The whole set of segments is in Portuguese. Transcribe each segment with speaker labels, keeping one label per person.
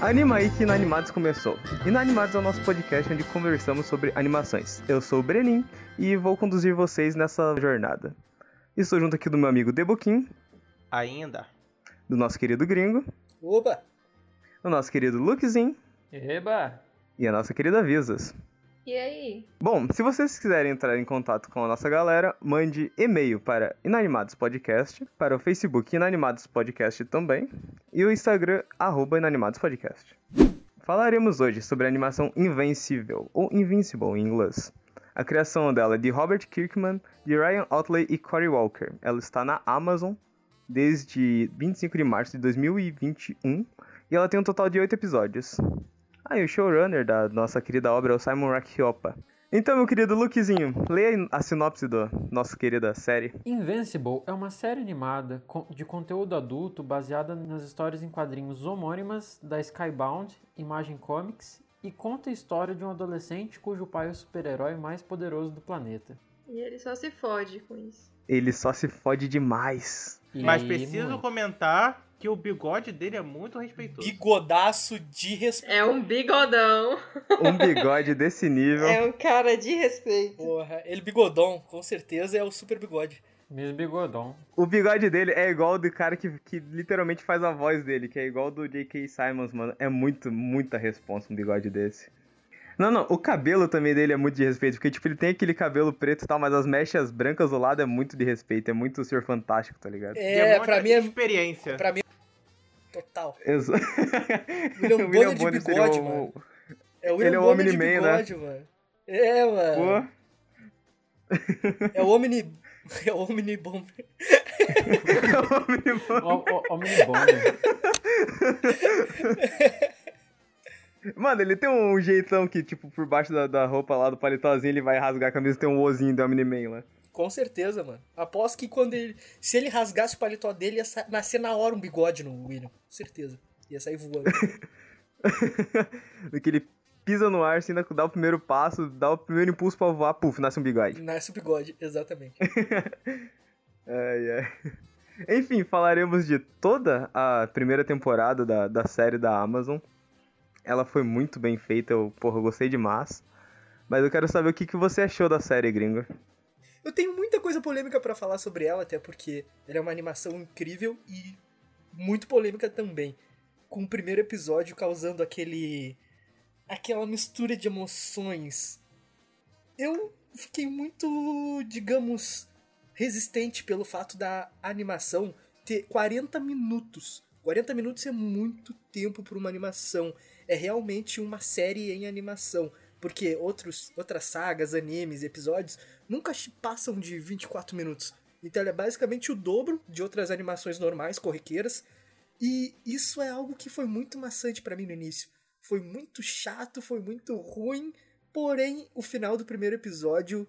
Speaker 1: Anima aí que Inanimados começou. Inanimados é o nosso podcast onde conversamos sobre animações. Eu sou o Brenin e vou conduzir vocês nessa jornada. Estou junto aqui do meu amigo Deboquim,
Speaker 2: Ainda.
Speaker 1: do nosso querido Gringo,
Speaker 3: Opa!
Speaker 1: do nosso querido Lukezinho
Speaker 4: Eba!
Speaker 1: e a nossa querida Visas.
Speaker 5: E aí?
Speaker 1: Bom, se vocês quiserem entrar em contato com a nossa galera, mande e-mail para Inanimados Podcast, para o Facebook Inanimados Podcast também, e o Instagram, arroba Inanimados Podcast. Falaremos hoje sobre a animação Invencível, ou Invincible em inglês. A criação dela é de Robert Kirkman, de Ryan Otley e Cory Walker. Ela está na Amazon desde 25 de março de 2021 e ela tem um total de 8 episódios. Ah, e o showrunner da nossa querida obra é o Simon Rakiopa. Então, meu querido Lukezinho, leia a sinopse da nossa querida série.
Speaker 4: Invincible é uma série animada co- de conteúdo adulto baseada nas histórias em quadrinhos homônimas da Skybound, Imagem Comics, e conta a história de um adolescente cujo pai é o super-herói mais poderoso do planeta.
Speaker 5: E ele só se fode com isso.
Speaker 1: Ele só se fode demais.
Speaker 4: E
Speaker 2: Mas preciso
Speaker 4: muito.
Speaker 2: comentar que o bigode dele é muito respeitoso.
Speaker 3: Bigodaço de respeito.
Speaker 5: É um bigodão.
Speaker 1: Um bigode desse nível.
Speaker 5: É um cara de respeito.
Speaker 3: Porra, ele bigodão, com certeza é o super bigode.
Speaker 4: Miss Bigodon.
Speaker 1: O bigode dele é igual do cara que, que literalmente faz a voz dele, que é igual do J.K. Simons, mano. É muito, muita responsa um bigode desse. Não, não, o cabelo também dele é muito de respeito, porque, tipo, ele tem aquele cabelo preto e tal, mas as mechas brancas do lado é muito de respeito, é muito Senhor Fantástico, tá ligado?
Speaker 3: É,
Speaker 2: Demonstra
Speaker 3: pra mim é
Speaker 2: Experiência.
Speaker 3: pra mim é total.
Speaker 1: Exa-
Speaker 3: William
Speaker 1: O
Speaker 3: Bonner é um de
Speaker 1: seria
Speaker 3: bigode,
Speaker 1: o-
Speaker 3: mano. É
Speaker 1: Ele
Speaker 3: o William
Speaker 1: é o
Speaker 3: Bonner de
Speaker 1: Omni-Man, né?
Speaker 3: bigode, mano. É, mano.
Speaker 1: Pô,
Speaker 3: É o Omni... É o Omni Bomber.
Speaker 1: é o mínimo.
Speaker 4: Ó, ó, ó, menino bom, né?
Speaker 1: Mano, ele tem um jeitão que, tipo, por baixo da, da roupa lá do paletózinho, ele vai rasgar a camisa e tem um ozinho do Omni-Man lá.
Speaker 3: Com certeza, mano. Aposto que quando ele... Se ele rasgasse o paletó dele, ia sa- nascer na hora um bigode no William. Com certeza. Ia sair voando.
Speaker 1: Do que ele pisa no ar, assim, dá- dá o primeiro passo, dá o primeiro impulso pra voar, puf, nasce um bigode.
Speaker 3: Nasce o bigode, exatamente.
Speaker 1: Ai, ai. Enfim, falaremos de toda a primeira temporada da, da série da Amazon. Ela foi muito bem feita, eu, porra, eu gostei demais. Mas eu quero saber o que, que você achou da série, gringo.
Speaker 3: Eu tenho muita coisa polêmica pra falar sobre ela, até porque ela é uma animação incrível e muito polêmica também. Com o primeiro episódio causando aquele. aquela mistura de emoções. Eu fiquei muito, digamos, resistente pelo fato da animação ter 40 minutos. 40 minutos é muito tempo pra uma animação. É realmente uma série em animação. Porque outros, outras sagas, animes, episódios nunca ch- passam de 24 minutos. Então ele é basicamente o dobro de outras animações normais, corriqueiras. E isso é algo que foi muito maçante pra mim no início. Foi muito chato, foi muito ruim. Porém, o final do primeiro episódio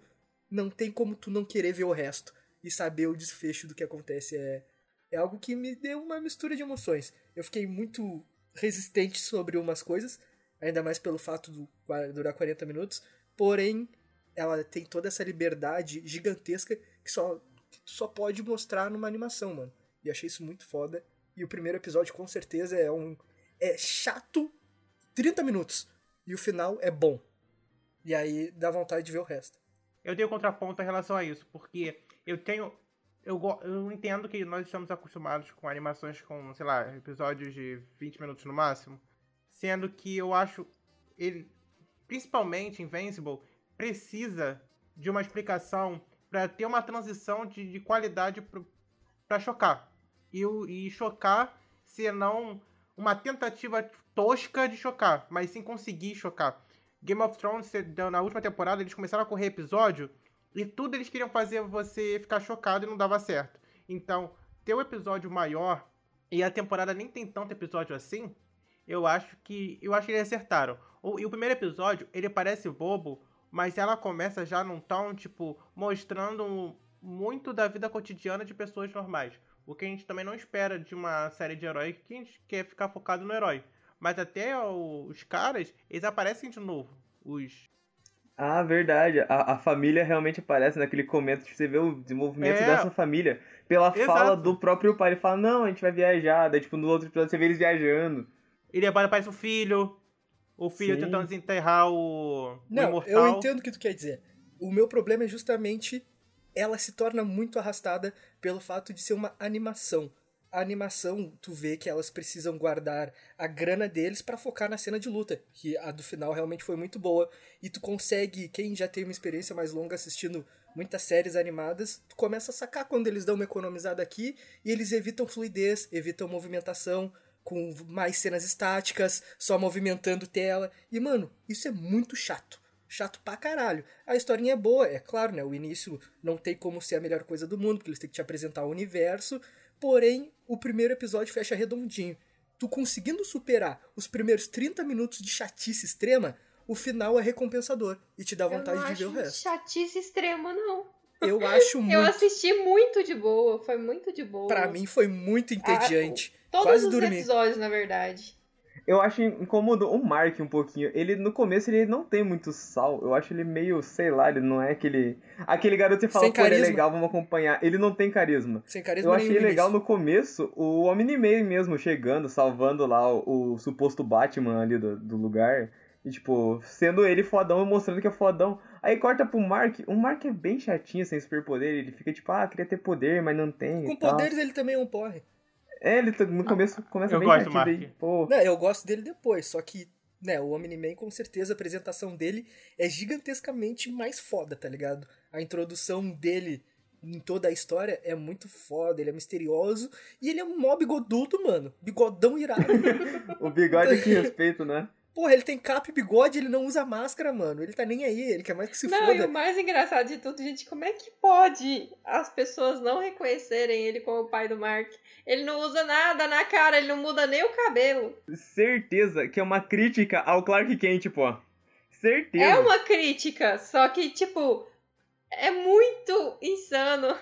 Speaker 3: não tem como tu não querer ver o resto e saber o desfecho do que acontece. É, é algo que me deu uma mistura de emoções. Eu fiquei muito resistente sobre umas coisas, ainda mais pelo fato do qua- durar 40 minutos. Porém, ela tem toda essa liberdade gigantesca que só, que tu só pode mostrar numa animação, mano. E achei isso muito foda. E o primeiro episódio, com certeza, é um. É chato 30 minutos. E o final é bom. E aí dá vontade de ver o resto.
Speaker 2: Eu tenho contraponto em relação a isso, porque eu tenho. Eu, go- eu entendo que nós estamos acostumados com animações com, sei lá, episódios de 20 minutos no máximo. Sendo que eu acho ele, principalmente Invincible, precisa de uma explicação pra ter uma transição de, de qualidade pro- pra chocar. E, o- e chocar, se não uma tentativa tosca de chocar, mas sim conseguir chocar. Game of Thrones, na última temporada, eles começaram a correr episódio e tudo eles queriam fazer você ficar chocado e não dava certo. Então, ter um episódio maior e a temporada nem tem tanto episódio assim, eu acho que eu acho que eles acertaram. O- e o primeiro episódio, ele parece bobo, mas ela começa já num tom tipo mostrando muito da vida cotidiana de pessoas normais, o que a gente também não espera de uma série de heróis que a gente quer ficar focado no herói. Mas até o- os caras, eles aparecem de novo. Os.
Speaker 1: Ah, verdade. A, a família realmente aparece naquele começo. tipo, Você vê o desenvolvimento
Speaker 2: É.
Speaker 1: dessa família pela
Speaker 2: Exato.
Speaker 1: fala do próprio pai. Ele fala, não, a gente vai viajar. Daí, tipo, no outro episódio você vê eles viajando.
Speaker 2: Ele aparece o filho. O filho
Speaker 4: Sim.
Speaker 2: tentando desenterrar o, o
Speaker 3: Não,
Speaker 2: imortal.
Speaker 3: eu entendo o que tu quer dizer. O meu problema é justamente ela se torna muito arrastada pelo fato de ser uma animação. A animação, tu vê que elas precisam guardar a grana deles pra focar na cena de luta, que a do final realmente foi muito boa. E tu consegue, quem já teve uma experiência mais longa assistindo muitas séries animadas, tu começa a sacar quando eles dão uma economizada aqui e eles evitam fluidez, evitam movimentação, com mais cenas estáticas, só movimentando tela. E, mano, isso é muito chato. Chato pra caralho. A historinha é boa, é claro, né? O início não tem como ser a melhor coisa do mundo, porque eles têm que te apresentar o universo. Porém, o primeiro episódio fecha redondinho. Tu conseguindo superar os primeiros 30 minutos de chatice extrema, o final é recompensador e te dá
Speaker 5: Eu
Speaker 3: vontade
Speaker 5: não
Speaker 3: de ver o
Speaker 5: acho
Speaker 3: resto.
Speaker 5: chatice extrema, não.
Speaker 3: Eu acho muito.
Speaker 5: Eu assisti muito de boa, foi muito de boa.
Speaker 3: Pra mim foi muito entediante.
Speaker 5: Todos
Speaker 3: quase
Speaker 5: os
Speaker 3: dormi.
Speaker 5: episódios, na verdade.
Speaker 1: Eu acho incômodo o Mark um pouquinho. Ele no começo ele não tem muito sal. Eu acho ele meio, sei lá, ele não é aquele. Aquele garoto que fala,
Speaker 3: Sem
Speaker 1: pô, ele é
Speaker 3: carisma.
Speaker 1: legal, vamos acompanhar. Ele não tem carisma.
Speaker 3: Sem carisma
Speaker 1: Eu
Speaker 3: nenhum.
Speaker 1: achei
Speaker 3: no
Speaker 1: legal
Speaker 3: início.
Speaker 1: no começo o homem meio mesmo chegando, salvando lá o, o suposto Batman ali do, do lugar. E, tipo, sendo ele fodão, mostrando que é fodão. Aí corta pro Mark. O Mark é bem chatinho sem superpoder. Ele fica tipo, ah, queria ter poder, mas não tem.
Speaker 3: Com
Speaker 1: e tal.
Speaker 3: poderes ele também é um porre.
Speaker 1: É, ele tá- no começo começa
Speaker 2: eu
Speaker 1: bem
Speaker 2: gosto do
Speaker 1: chatinho. daí,
Speaker 2: Mark.
Speaker 1: pô,
Speaker 3: Não, eu gosto dele depois, só que, né, o Omni-Man com certeza a apresentação dele é gigantescamente mais foda, tá ligado? A introdução dele em toda a história é muito foda, ele é misterioso e ele é um mó bigodudo, mano. Bigodão irado.
Speaker 1: o bigode que respeito, né?
Speaker 3: Porra, ele tem capa e bigode, ele não usa máscara, mano. Ele tá nem aí, ele quer mais que se
Speaker 5: não, e o
Speaker 3: foda.
Speaker 5: mais engraçado de tudo, gente, como é que pode as pessoas não reconhecerem ele como o pai do Mark? Ele não usa nada na cara, ele não muda nem o cabelo.
Speaker 1: certeza que é uma crítica ao Clark Kent, pô. Certeza.
Speaker 5: É uma crítica, só que, tipo, é muito insano.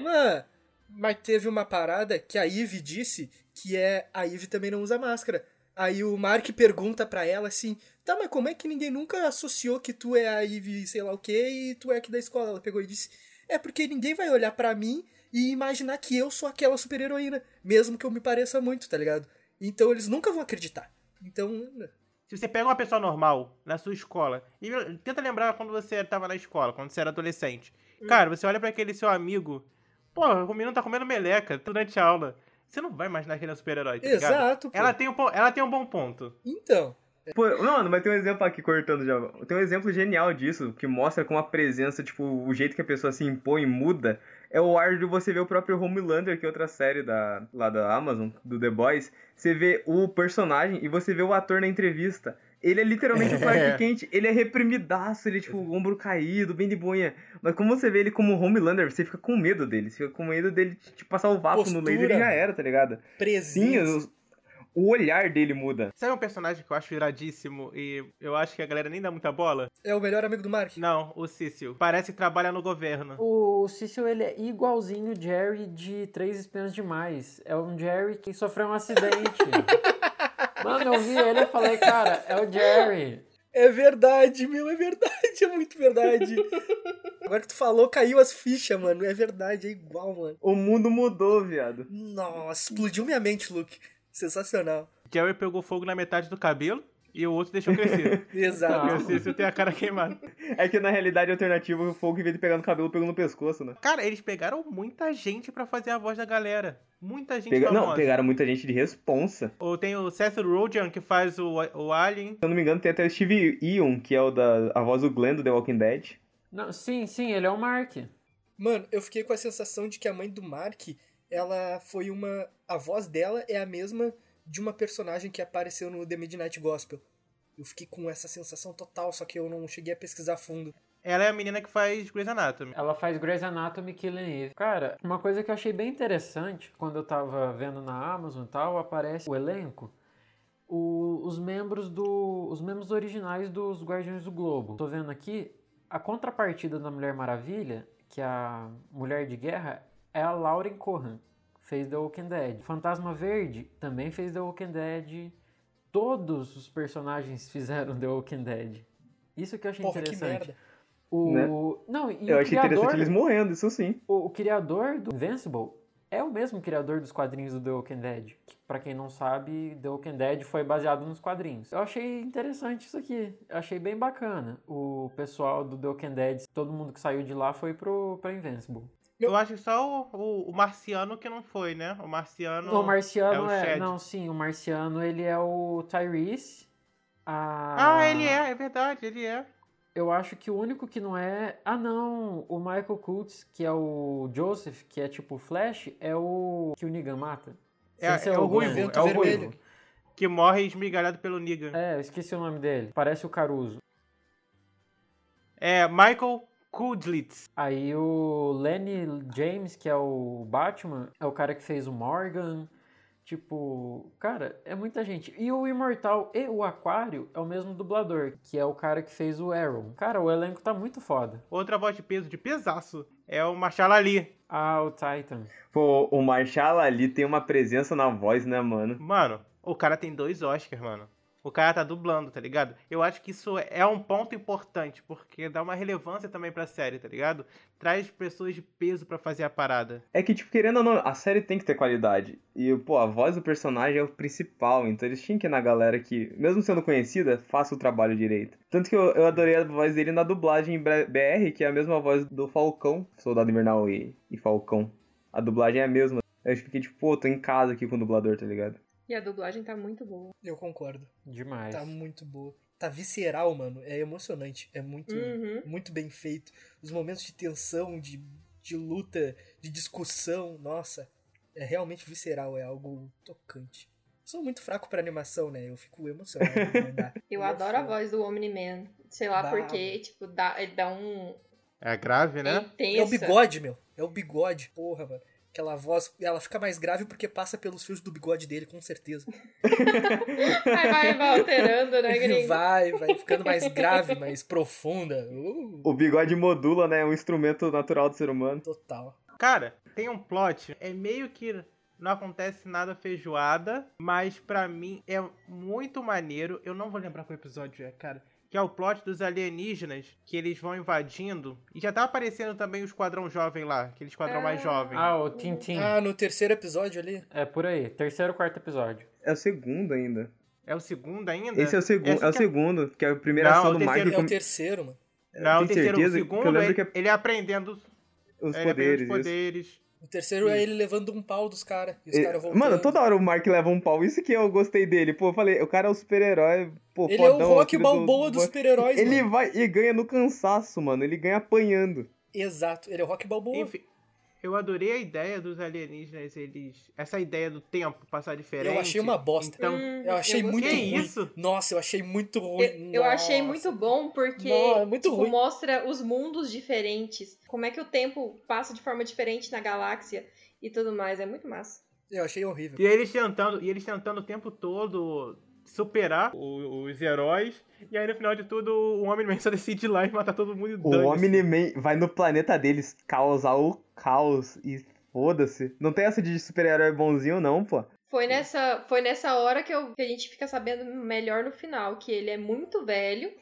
Speaker 3: Mano, mas teve uma parada que a Eve disse que é a Eve também não usa máscara. Aí o Mark pergunta pra ela assim: "Tá, mas como é que ninguém nunca associou que tu é a Eve, sei lá o quê, e tu é aqui da escola?" Ela pegou e disse: "É porque ninguém vai olhar pra mim e imaginar que eu sou aquela super-heroína, mesmo que eu me pareça muito, tá ligado? Então eles nunca vão acreditar." Então,
Speaker 2: Se você pega uma pessoa normal na sua escola, e tenta lembrar quando você tava na escola, quando você era adolescente.
Speaker 3: Hum.
Speaker 2: Cara, você olha pra aquele seu amigo, pô, o menino tá comendo meleca durante a aula. Você não vai imaginar que ele é um super-herói, tá ligado?
Speaker 3: exato. pô.
Speaker 2: Ela tem, um, po- ela tem um bom ponto.
Speaker 3: Então,
Speaker 1: Pô, mano, mas tem um exemplo aqui cortando já. Tem um exemplo genial disso, que mostra como a presença, tipo, o jeito que a pessoa se impõe muda. É o ar de você ver o próprio Homelander, que é outra série da, lá da Amazon, do The Boys. Você vê o personagem e você vê o ator na entrevista. Ele é literalmente o Clark Kent, ele é reprimidaço, ele é tipo, o ombro caído, bem de boinha. Mas como você vê ele como Homelander, você fica com medo dele. Você fica com medo dele te te passar o vácuo no
Speaker 3: Postura.
Speaker 1: laser e já era, tá ligado? Sim,
Speaker 3: presença.
Speaker 1: o, o olhar dele muda.
Speaker 2: Sabe um personagem que eu acho iradíssimo e eu acho que a galera nem dá muita bola?
Speaker 3: É o melhor amigo do Mark.
Speaker 2: Não, o Cício. Parece que trabalha no governo.
Speaker 4: O Cecil, ele é igualzinho o Jerry de Três Espiãs Demais. É um Jerry que sofreu um acidente. Mano, eu vi ele e falei, cara, é o Jerry.
Speaker 3: É verdade, meu, é verdade, é muito verdade. Agora que tu falou, caiu as fichas, mano. É verdade, é igual, mano.
Speaker 1: O mundo mudou, viado.
Speaker 3: Nossa, explodiu minha mente, Luke. Sensacional.
Speaker 2: Jerry pegou fogo na metade do cabelo e o outro deixou crescer.
Speaker 3: Exato.
Speaker 2: Porque o Cício tem a cara queimada.
Speaker 1: É que na realidade alternativa o fogo, em vez de pegar no cabelo, pegou no pescoço, né?
Speaker 2: Cara, eles pegaram muita gente pra fazer a voz da galera. Muita gente
Speaker 1: Pega-
Speaker 2: famosa.
Speaker 1: Não, pegaram muita gente de responsa.
Speaker 2: Ou tem o Seth Rogen que faz o, o Alien.
Speaker 1: Se eu não me engano, tem até o Steve Ion, que é o da a voz do Glenn do The Walking Dead.
Speaker 4: Não, sim, sim, ele é o Mark.
Speaker 3: Mano, eu fiquei com a sensação de que a mãe do Mark, ela foi uma. A voz dela é a mesma de uma personagem que apareceu no The Midnight Gospel. Eu fiquei com essa sensação total, só que eu não cheguei a pesquisar a fundo.
Speaker 2: Ela é a menina que faz Grey's Anatomy.
Speaker 4: Ela faz Grey's Anatomy Killing Eve. Cara, uma coisa que eu achei bem interessante quando eu tava vendo na Amazon e tal, aparece o elenco. o- os membros do. Os membros originais dos Guardiões do Globo. Tô vendo aqui, a contrapartida da Mulher Maravilha, que é a Mulher de Guerra, é a Lauren Cohan, que fez The Walking Dead. Fantasma Verde também fez The Walking Dead. Todos os personagens fizeram The Walking Dead. Isso que eu achei
Speaker 3: Porra, que
Speaker 4: interessante.
Speaker 3: merda.
Speaker 4: O...
Speaker 1: Né?
Speaker 4: Não, e
Speaker 1: eu
Speaker 4: o
Speaker 1: achei
Speaker 4: criador... né?
Speaker 1: interessante eles morrendo, isso sim.
Speaker 4: O, o criador do Invincible é o mesmo criador dos quadrinhos do The Walking Dead. Que, pra quem não sabe, The Walking Dead foi baseado nos quadrinhos. Eu achei interessante isso aqui. Eu achei bem bacana. O pessoal do The Walking Dead, todo mundo que saiu de lá foi pro, pra Invincible.
Speaker 2: Eu acho que só o, o, o Marciano que não foi, né? O Marciano.
Speaker 4: o Marciano
Speaker 2: é o
Speaker 4: é.
Speaker 2: Shed.
Speaker 4: Não, sim, o Marciano ele é o Tyrese. A...
Speaker 2: Ah, ele é, é verdade, ele é.
Speaker 4: Eu acho que o único que não é. Ah, não! O Michael Coates, que é o Joseph, que é tipo o Flash, é o que o Negan mata.
Speaker 2: É-
Speaker 4: Sem
Speaker 2: é
Speaker 4: ser
Speaker 2: o
Speaker 4: Glenn.
Speaker 2: ruivo,
Speaker 3: Vento
Speaker 2: é o
Speaker 3: vermelho.
Speaker 2: ruivo. Que morre esmigalhado pelo Negan.
Speaker 4: É, eu esqueci o nome dele. Parece o Caruso.
Speaker 2: É, Michael Kudlitz.
Speaker 4: Aí o Lenny James, que é o Batman, é o cara que fez o Morgan. Tipo, cara, é muita gente. E o Imortal e o Aquário é o mesmo dublador, que é o cara que fez o Arrow. Cara, o elenco tá muito foda.
Speaker 2: Outra voz de peso, de pesaço, é o Marshall Ali.
Speaker 4: Ah, o Titan.
Speaker 1: Pô, o Marshall ali tem uma presença na voz, né, mano?
Speaker 2: Mano, o cara tem dois Oscars, mano. O cara tá dublando, tá ligado? Eu acho que isso é um ponto importante, porque dá uma relevância também pra série, tá ligado? Traz pessoas de peso pra fazer a parada.
Speaker 1: É que, tipo, querendo ou não, a série tem que ter qualidade. E, pô, a voz do personagem é o principal, então eles tinham que ir na galera que, mesmo sendo conhecida, faça o trabalho direito. Tanto que eu, eu adorei a voz dele na dublagem em Bre- BR, que é a mesma voz do Falcão, Soldado Invernal e, e Falcão. A dublagem é a mesma. Eu fiquei tipo, pô, tô em casa aqui com o dublador, tá ligado?
Speaker 5: E a dublagem tá muito boa.
Speaker 3: Eu concordo.
Speaker 4: Demais.
Speaker 3: Tá muito boa. Tá visceral, mano. É emocionante. É muito,
Speaker 5: Uhum.
Speaker 3: muito bem feito. Os momentos de tensão, de, de luta, de discussão, nossa. É realmente visceral, é algo tocante. Sou muito fraco pra animação, né? Eu fico emocionado. em mandar.
Speaker 5: Eu
Speaker 3: Nossa.
Speaker 5: adoro a voz do Omni-Man. Sei lá
Speaker 3: Bravo.
Speaker 5: porque, tipo, dá, ele dá um.
Speaker 2: É grave,
Speaker 5: É
Speaker 2: né?
Speaker 5: intensa.
Speaker 3: É o bigode, meu. É o bigode, porra, mano. Aquela voz, ela fica mais grave porque passa pelos fios do bigode dele, com certeza.
Speaker 5: Aí vai, vai alterando, né, gringo?
Speaker 3: Vai, vai ficando mais grave, mais profunda. Uh,
Speaker 1: O bigode modula, né? É um instrumento natural do ser humano.
Speaker 3: total.
Speaker 2: Cara, tem um plot, é meio que não acontece nada feijoada, mas pra mim é muito maneiro. Eu não vou lembrar qual episódio é, cara. Que é o plot dos alienígenas que eles vão invadindo. E já tá aparecendo também o esquadrão jovem lá, aquele esquadrão mais
Speaker 5: Ah.
Speaker 2: jovem.
Speaker 4: Ah, o Tintin.
Speaker 3: Ah, no terceiro episódio ali.
Speaker 4: É por aí. Terceiro, quarto episódio.
Speaker 1: É o segundo ainda.
Speaker 2: É o segundo ainda?
Speaker 1: Esse é o segundo,
Speaker 2: Essa
Speaker 1: é o
Speaker 2: que
Speaker 1: segundo, que é a primeira
Speaker 2: Não,
Speaker 1: ação
Speaker 2: o
Speaker 1: do Mike
Speaker 2: terceiro.
Speaker 3: É o
Speaker 1: com
Speaker 3: terceiro, mano.
Speaker 2: Não, o
Speaker 1: Tem
Speaker 2: terceiro,
Speaker 1: É, certeza?
Speaker 2: o
Speaker 1: Que eu
Speaker 2: segundo,
Speaker 1: lembro
Speaker 2: ele,
Speaker 1: que é-
Speaker 2: ele aprendendo os
Speaker 1: os
Speaker 2: é, ele aprendendo
Speaker 1: poderes.
Speaker 2: os
Speaker 1: isso.
Speaker 2: poderes.
Speaker 3: O terceiro é ele levando um pau dos caras. E os
Speaker 1: É,
Speaker 3: caras voltando.
Speaker 1: Mano, toda hora o Mark leva um pau. Isso que eu gostei dele. Pô, eu falei, o cara é o super-herói. Pô,
Speaker 3: Ele
Speaker 1: fodão,
Speaker 3: é o rock
Speaker 1: filho
Speaker 3: balboa
Speaker 1: do-
Speaker 3: dos super-heróis,
Speaker 1: Ele
Speaker 3: mano.
Speaker 1: vai e ganha no cansaço, mano. Ele ganha apanhando.
Speaker 3: Exato, ele é o rock balboa.
Speaker 2: Enfim, eu adorei a ideia dos alienígenas, eles. Essa ideia do tempo passar diferente.
Speaker 3: Eu achei uma bosta.
Speaker 2: Então,
Speaker 5: Hum,
Speaker 3: eu achei
Speaker 5: gostei.
Speaker 3: muito
Speaker 2: que
Speaker 3: ruim.
Speaker 2: isso?
Speaker 3: Nossa, eu achei muito ruim.
Speaker 5: Eu, eu achei
Speaker 3: Nossa.
Speaker 5: muito bom porque
Speaker 3: Não, é muito
Speaker 5: tipo,
Speaker 3: ruim.
Speaker 5: mostra os mundos diferentes, como é que o tempo passa de forma diferente na galáxia e tudo mais. É muito massa.
Speaker 3: Eu achei horrível.
Speaker 2: E eles tentando, e eles tentando o tempo todo superar o- os heróis. E aí no final de tudo, o Homem-Man só decide ir lá e matar todo mundo. e
Speaker 1: O
Speaker 2: dane-se.
Speaker 1: Omni-Man vai no planeta deles causar o caos e foda-se. Não tem essa de super-herói bonzinho, não, pô.
Speaker 5: Foi nessa, foi nessa hora que, eu, que a gente fica sabendo melhor no final, que ele é muito velho,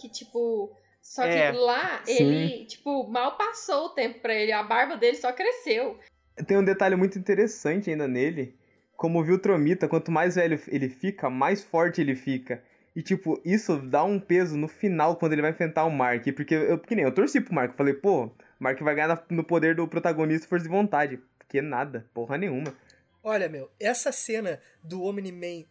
Speaker 5: que tipo. Só que
Speaker 2: É,
Speaker 5: lá
Speaker 1: sim.
Speaker 5: ele, tipo, mal passou o tempo pra ele. A barba dele só cresceu.
Speaker 1: Tem um detalhe muito interessante ainda nele. Como o Viltromita, quanto mais velho ele fica, mais forte ele fica. E, tipo, isso dá um peso no final quando ele vai enfrentar o Mark. Porque, eu, que nem eu torci pro Mark. Falei, pô, o Mark vai ganhar na- no poder do protagonista força de vontade. Porque nada, porra nenhuma.
Speaker 3: Olha, meu, essa cena do Omni-Man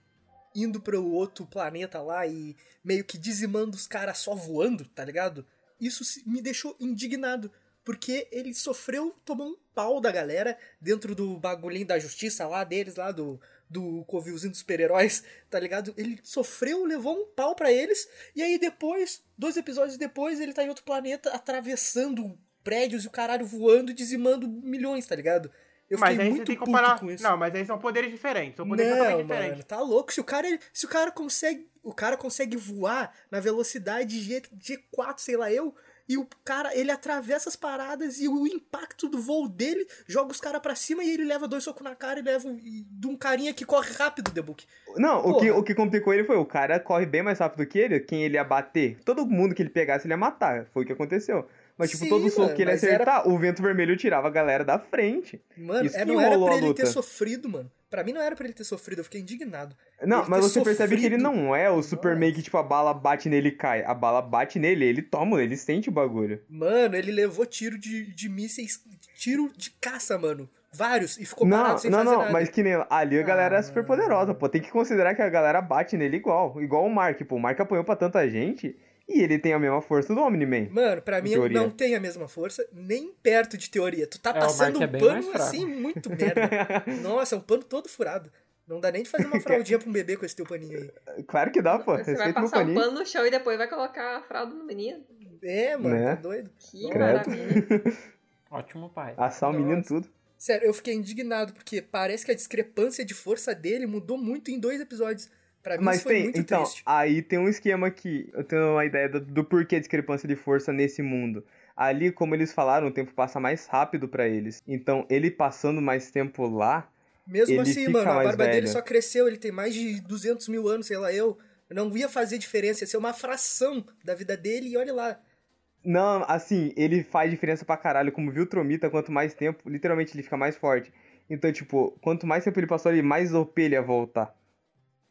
Speaker 3: indo para o outro planeta lá e meio que dizimando os caras só voando, tá ligado? Isso se- me deixou indignado. Porque ele sofreu, tomou um pau da galera dentro do bagulhinho da justiça lá deles, lá do, do covilzinho dos super-heróis, tá ligado? Ele sofreu, levou um pau pra eles, e aí depois, dois episódios depois, ele tá em outro planeta atravessando prédios e o caralho voando e dizimando milhões, tá ligado? Eu
Speaker 2: mas
Speaker 3: fiquei
Speaker 2: aí
Speaker 3: muito
Speaker 2: você tem que
Speaker 3: puto
Speaker 2: comparar.
Speaker 3: com isso.
Speaker 2: Não, mas aí são poderes diferentes. São poderes
Speaker 3: Não,
Speaker 2: um totalmente
Speaker 3: mano,
Speaker 2: diferentes.
Speaker 3: tá louco. Se o cara, se o cara consegue, o cara consegue voar na velocidade G, G4, sei lá eu, e o cara, ele atravessa as paradas e o impacto do voo dele joga os caras pra cima e ele leva dois socos na cara e leva um- e- de um carinha que corre rápido, The Book.
Speaker 1: Não, o que,
Speaker 3: Porra.
Speaker 1: o que complicou ele foi o cara corre bem mais rápido que ele, quem ele ia bater. Todo mundo que ele pegasse, ele ia matar. Foi o que aconteceu. Mas, tipo,
Speaker 3: Sim,
Speaker 1: todo soco
Speaker 3: mano,
Speaker 1: que ele
Speaker 3: mas era-
Speaker 1: acertar, o vento vermelho tirava a galera da frente.
Speaker 3: Mano,
Speaker 1: Isso que
Speaker 3: é, não era
Speaker 1: rolou
Speaker 3: pra
Speaker 1: a
Speaker 3: ele ter
Speaker 1: luta.
Speaker 3: sofrido, mano. Pra mim não era pra ele ter sofrido, eu fiquei indignado.
Speaker 1: Não,
Speaker 3: Ele ter
Speaker 1: mas você percebe que ele
Speaker 3: sofrido.
Speaker 1: não é o Superman
Speaker 3: Nossa.
Speaker 1: que, tipo, a bala bate nele e cai. A bala bate nele, ele toma, ele sente o bagulho.
Speaker 3: Mano, ele levou tiro de, de mísseis, tiro de caça, mano. Vários, e ficou
Speaker 1: não,
Speaker 3: parado sem
Speaker 1: não,
Speaker 3: fazer
Speaker 1: não,
Speaker 3: nada.
Speaker 1: mas que nem ali a galera
Speaker 3: Ah,
Speaker 1: é super poderosa,
Speaker 3: mano.
Speaker 1: pô. Tem que considerar que a galera bate nele igual. Igual o Mark, pô. O Mark apanhou pra tanta gente e ele tem a mesma força do Omni-Man.
Speaker 3: Mano, pra mim eu
Speaker 1: Teoria.
Speaker 3: não tem a mesma força, nem perto de teoria. Tu tá
Speaker 4: É, o
Speaker 3: passando
Speaker 4: Mark é
Speaker 3: um
Speaker 4: bem mais
Speaker 3: pano
Speaker 4: fraco.
Speaker 3: assim, muito merda. Nossa, é um pano todo furado. Não dá nem de fazer uma fraldinha pra um bebê com esse teu paninho aí.
Speaker 1: claro que dá, pô.
Speaker 5: Você
Speaker 1: Respeita
Speaker 5: vai
Speaker 1: meu
Speaker 3: um
Speaker 5: passar o
Speaker 1: Tá paninho.
Speaker 5: pano no chão e depois vai colocar a fralda no menino.
Speaker 3: É, mano,
Speaker 1: Né?
Speaker 3: tá doido.
Speaker 5: Que
Speaker 1: Credo.
Speaker 5: maravilha.
Speaker 4: Ótimo pai.
Speaker 1: Assar o menino
Speaker 3: Nossa.
Speaker 1: tudo.
Speaker 3: Sério, eu fiquei indignado, porque parece que a discrepância de força dele mudou muito em dois episódios. Pra mim
Speaker 1: Mas
Speaker 3: isso foi
Speaker 1: tem,
Speaker 3: muito
Speaker 1: então,
Speaker 3: triste.
Speaker 1: aí tem um esquema que eu tenho uma ideia do, do porquê a discrepância de força nesse mundo. Ali, como eles falaram, o tempo passa mais rápido pra eles. Então, ele passando mais tempo lá,
Speaker 3: Mesmo
Speaker 1: ele
Speaker 3: assim,
Speaker 1: fica
Speaker 3: mano, a
Speaker 1: mais
Speaker 3: barba dele
Speaker 1: velho.
Speaker 3: só cresceu, ele tem mais de 200 mil anos, sei lá, eu. Não ia fazer diferença, ia ser uma fração da vida dele, e olha lá.
Speaker 1: não, assim, ele faz diferença pra caralho, como viu o Tromita, quanto mais tempo, literalmente ele fica mais forte. Então, tipo, quanto mais tempo ele passou ali, mais OP ele ia voltar.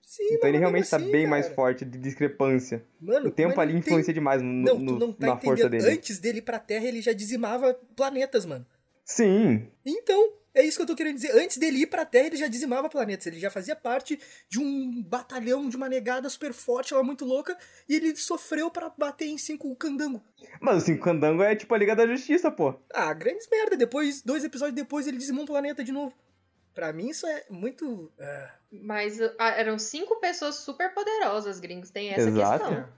Speaker 3: Sim,
Speaker 1: Então
Speaker 3: mano,
Speaker 1: ele
Speaker 3: mesmo
Speaker 1: realmente tá
Speaker 3: assim,
Speaker 1: bem mais
Speaker 3: cara.
Speaker 1: forte de discrepância.
Speaker 3: Mano,
Speaker 1: O tempo
Speaker 3: mas
Speaker 1: ali
Speaker 3: não tem-
Speaker 1: influencia demais no-
Speaker 3: Não,
Speaker 1: no-
Speaker 3: tu não tá
Speaker 1: na força
Speaker 3: entendendo.
Speaker 1: dele.
Speaker 3: Antes dele ir pra Terra, ele já dizimava planetas, mano.
Speaker 1: Sim,
Speaker 3: Então, é isso que eu tô querendo dizer. Antes dele ir pra Terra, ele já dizimava planetas. Ele já fazia parte de um batalhão de uma negada super forte, ela muito louca, e ele sofreu pra bater em cinco candango.
Speaker 1: mas o Cinco Candango é tipo a Liga da Justiça, pô.
Speaker 3: Ah, grandes merda. Depois, dois episódios depois, ele dizimou um planeta de novo. Pra mim, isso é muito. ah.
Speaker 5: Mas ah, eram cinco pessoas super poderosas, gringos. Tem essa
Speaker 1: Exato.
Speaker 5: questão.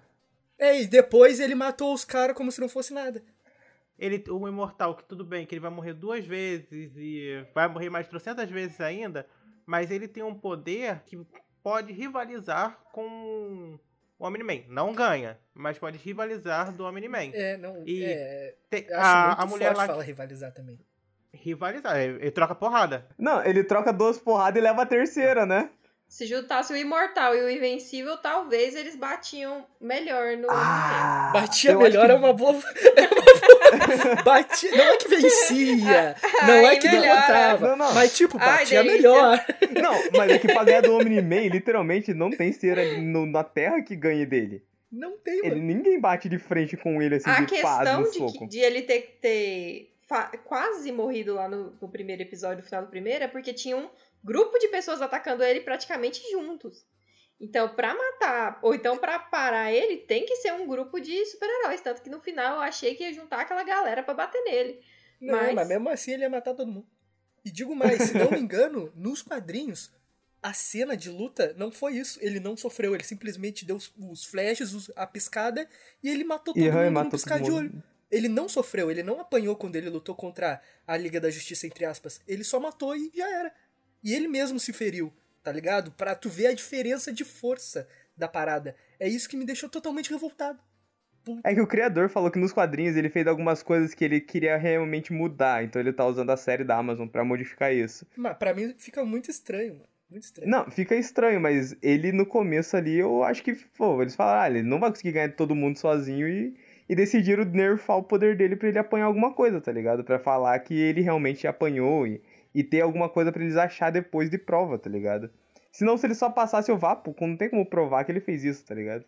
Speaker 3: É, e depois ele matou os caras como se não fosse nada.
Speaker 2: Ele, o imortal, que tudo bem, que ele vai morrer duas vezes e vai morrer mais trocentas vezes ainda, mas ele tem um poder que pode rivalizar com o Omni-Man. Não ganha, mas pode rivalizar do Omni-Man.
Speaker 3: É, não.
Speaker 2: E
Speaker 3: é,
Speaker 2: Tem-
Speaker 3: acho
Speaker 2: a,
Speaker 3: muito
Speaker 2: a mulher
Speaker 3: forte
Speaker 2: lá.
Speaker 3: falar rivalizar também.
Speaker 2: Rivalizar, ele, ele troca porrada.
Speaker 1: Não, ele troca duas porradas e leva a terceira, né?
Speaker 5: Se juntasse o Imortal e o Invencível, talvez eles batiam melhor no.
Speaker 1: Ah,
Speaker 3: Batia
Speaker 1: eu
Speaker 3: melhor
Speaker 1: acho
Speaker 3: é uma boa. Batia... Não é que vencia.
Speaker 5: Ai,
Speaker 3: Não é que
Speaker 5: melhora.
Speaker 3: derrotava.
Speaker 1: Não, não.
Speaker 3: Mas, tipo,
Speaker 5: Ai,
Speaker 3: batia
Speaker 5: delícia.
Speaker 3: melhor.
Speaker 1: que- Não, mas é que pra ganhar do Omni-Man, literalmente, não tem cera no- na terra que ganhe dele.
Speaker 3: Não tem, mano.
Speaker 1: Ele, ninguém bate de frente com ele assim,
Speaker 5: A
Speaker 1: de paz
Speaker 2: um
Speaker 5: questão
Speaker 1: no
Speaker 5: de, que-
Speaker 1: soco.
Speaker 5: de ele ter, ter fa- quase morrido lá no, no primeiro episódio, no final do primeiro, é porque tinha um grupo de pessoas atacando ele praticamente juntos. Então, pra matar, ou então pra parar ele, tem que ser um grupo de super-heróis. Tanto que no final eu achei que ia juntar aquela galera pra bater nele.
Speaker 3: Não,
Speaker 5: Mas-
Speaker 3: mas... mesmo assim ele ia matar todo mundo. E digo mais, se não me engano, nos quadrinhos, a cena de luta não foi isso. Ele não sofreu, ele simplesmente deu os, os flashes, os- a piscada, e ele matou todo
Speaker 1: E
Speaker 3: mundo
Speaker 1: Rai
Speaker 3: num
Speaker 1: matou
Speaker 3: piscar
Speaker 1: todo
Speaker 3: de olho.
Speaker 1: mundo.
Speaker 3: Ele não sofreu, ele não apanhou quando ele lutou contra a Liga da Justiça, entre aspas. Ele só matou e já era. E ele mesmo se feriu, tá ligado? Pra tu ver a diferença de força da parada. É isso que me deixou totalmente revoltado.
Speaker 1: É que o criador falou que nos quadrinhos ele fez algumas coisas que ele queria realmente mudar, então ele tá usando a série da Amazon pra modificar isso.
Speaker 3: Mas pra mim fica muito estranho, mano. Muito estranho.
Speaker 1: Não, fica estranho, mas ele no começo ali, eu acho que, pô, eles falaram, ah, ele não vai conseguir ganhar de todo mundo sozinho e, e decidiram nerfar o poder dele pra ele apanhar alguma coisa, tá ligado? Pra falar que ele realmente apanhou e, e ter alguma coisa pra eles achar depois de prova, tá ligado? Senão, se ele só passasse o vapo, com- não tem como provar que ele fez isso, tá ligado?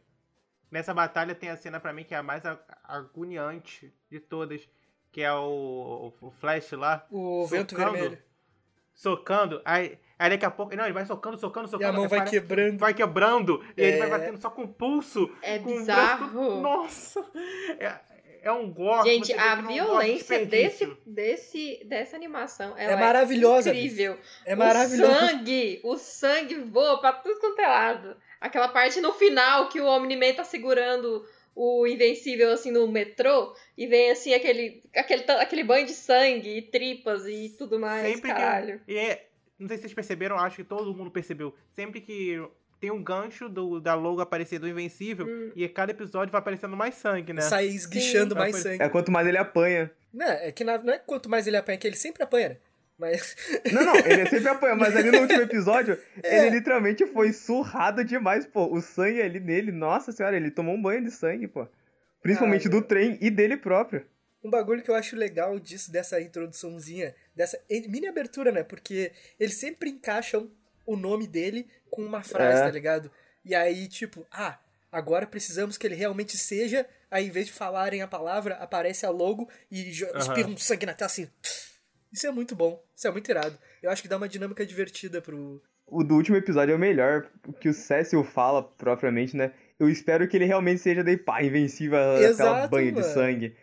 Speaker 2: Nessa batalha tem a cena pra mim que é a mais a- agoniante de todas, que é o, o Flash lá
Speaker 3: O vento
Speaker 2: Socando.
Speaker 3: vermelho.
Speaker 2: socando, aí, aí daqui a pouco. Não, ele vai socando, socando,
Speaker 3: E
Speaker 2: socando.
Speaker 3: a mão
Speaker 2: aí
Speaker 3: vai
Speaker 2: parece-
Speaker 3: quebrando.
Speaker 2: vai quebrando e ele vai
Speaker 3: É.
Speaker 2: batendo só com o pulso.
Speaker 5: É
Speaker 2: com o braço.
Speaker 5: bizarro.
Speaker 2: Nossa! É, é um gore.
Speaker 5: Gente,
Speaker 2: você vê
Speaker 5: a
Speaker 2: que não
Speaker 5: violência
Speaker 2: mostra
Speaker 5: desse,
Speaker 2: desperdício.
Speaker 5: desse, dessa animação ela é,
Speaker 3: maravilhosa,
Speaker 5: Incrível.
Speaker 3: É maravilhoso.
Speaker 5: O sangue, o sangue voa pra tudo quanto é lado. Aquela parte no final que o Omni-Man tá segurando o Invencível, assim, no metrô, e vem, assim, aquele, aquele, ta- aquele banho de sangue e tripas e tudo mais,
Speaker 2: Sempre
Speaker 5: caralho.
Speaker 2: que. E é- não sei se vocês perceberam, acho que todo mundo percebeu. Sempre que tem um gancho do, da logo aparecer do Invencível,
Speaker 5: Hum.
Speaker 2: e cada episódio vai aparecendo mais sangue, né?
Speaker 3: Sai esguichando
Speaker 2: Sim.
Speaker 3: mais
Speaker 2: Vai
Speaker 3: sangue.
Speaker 1: É quanto mais ele apanha.
Speaker 3: Não, é que na- não é quanto mais ele apanha, que ele sempre apanha, né? Mas
Speaker 1: Não, não, ele sempre apanha, mas ali no último episódio,
Speaker 3: É.
Speaker 1: ele literalmente foi surrado demais, pô. O sangue ali nele, nossa senhora, ele tomou um banho de sangue, pô. Principalmente
Speaker 3: Ah,
Speaker 1: do trem e dele próprio.
Speaker 3: um bagulho que eu acho legal disso, dessa introduçãozinha, dessa mini abertura, né? Porque eles sempre encaixam o nome dele com uma frase,
Speaker 1: É.
Speaker 3: tá ligado? E aí, tipo, ah, agora precisamos que ele realmente seja. Aí, em vez de falarem a palavra, aparece a logo e jo-
Speaker 2: Aham.
Speaker 3: espirra um sangue na tela assim. Isso é muito bom. Isso é muito irado. Eu acho que dá uma dinâmica divertida pro.
Speaker 1: O do último episódio é o melhor, que o Cecil fala propriamente, né? Eu espero que ele realmente seja daí, pá, invencível aquela
Speaker 3: Exato,
Speaker 1: banha de
Speaker 3: mano.
Speaker 1: sangue.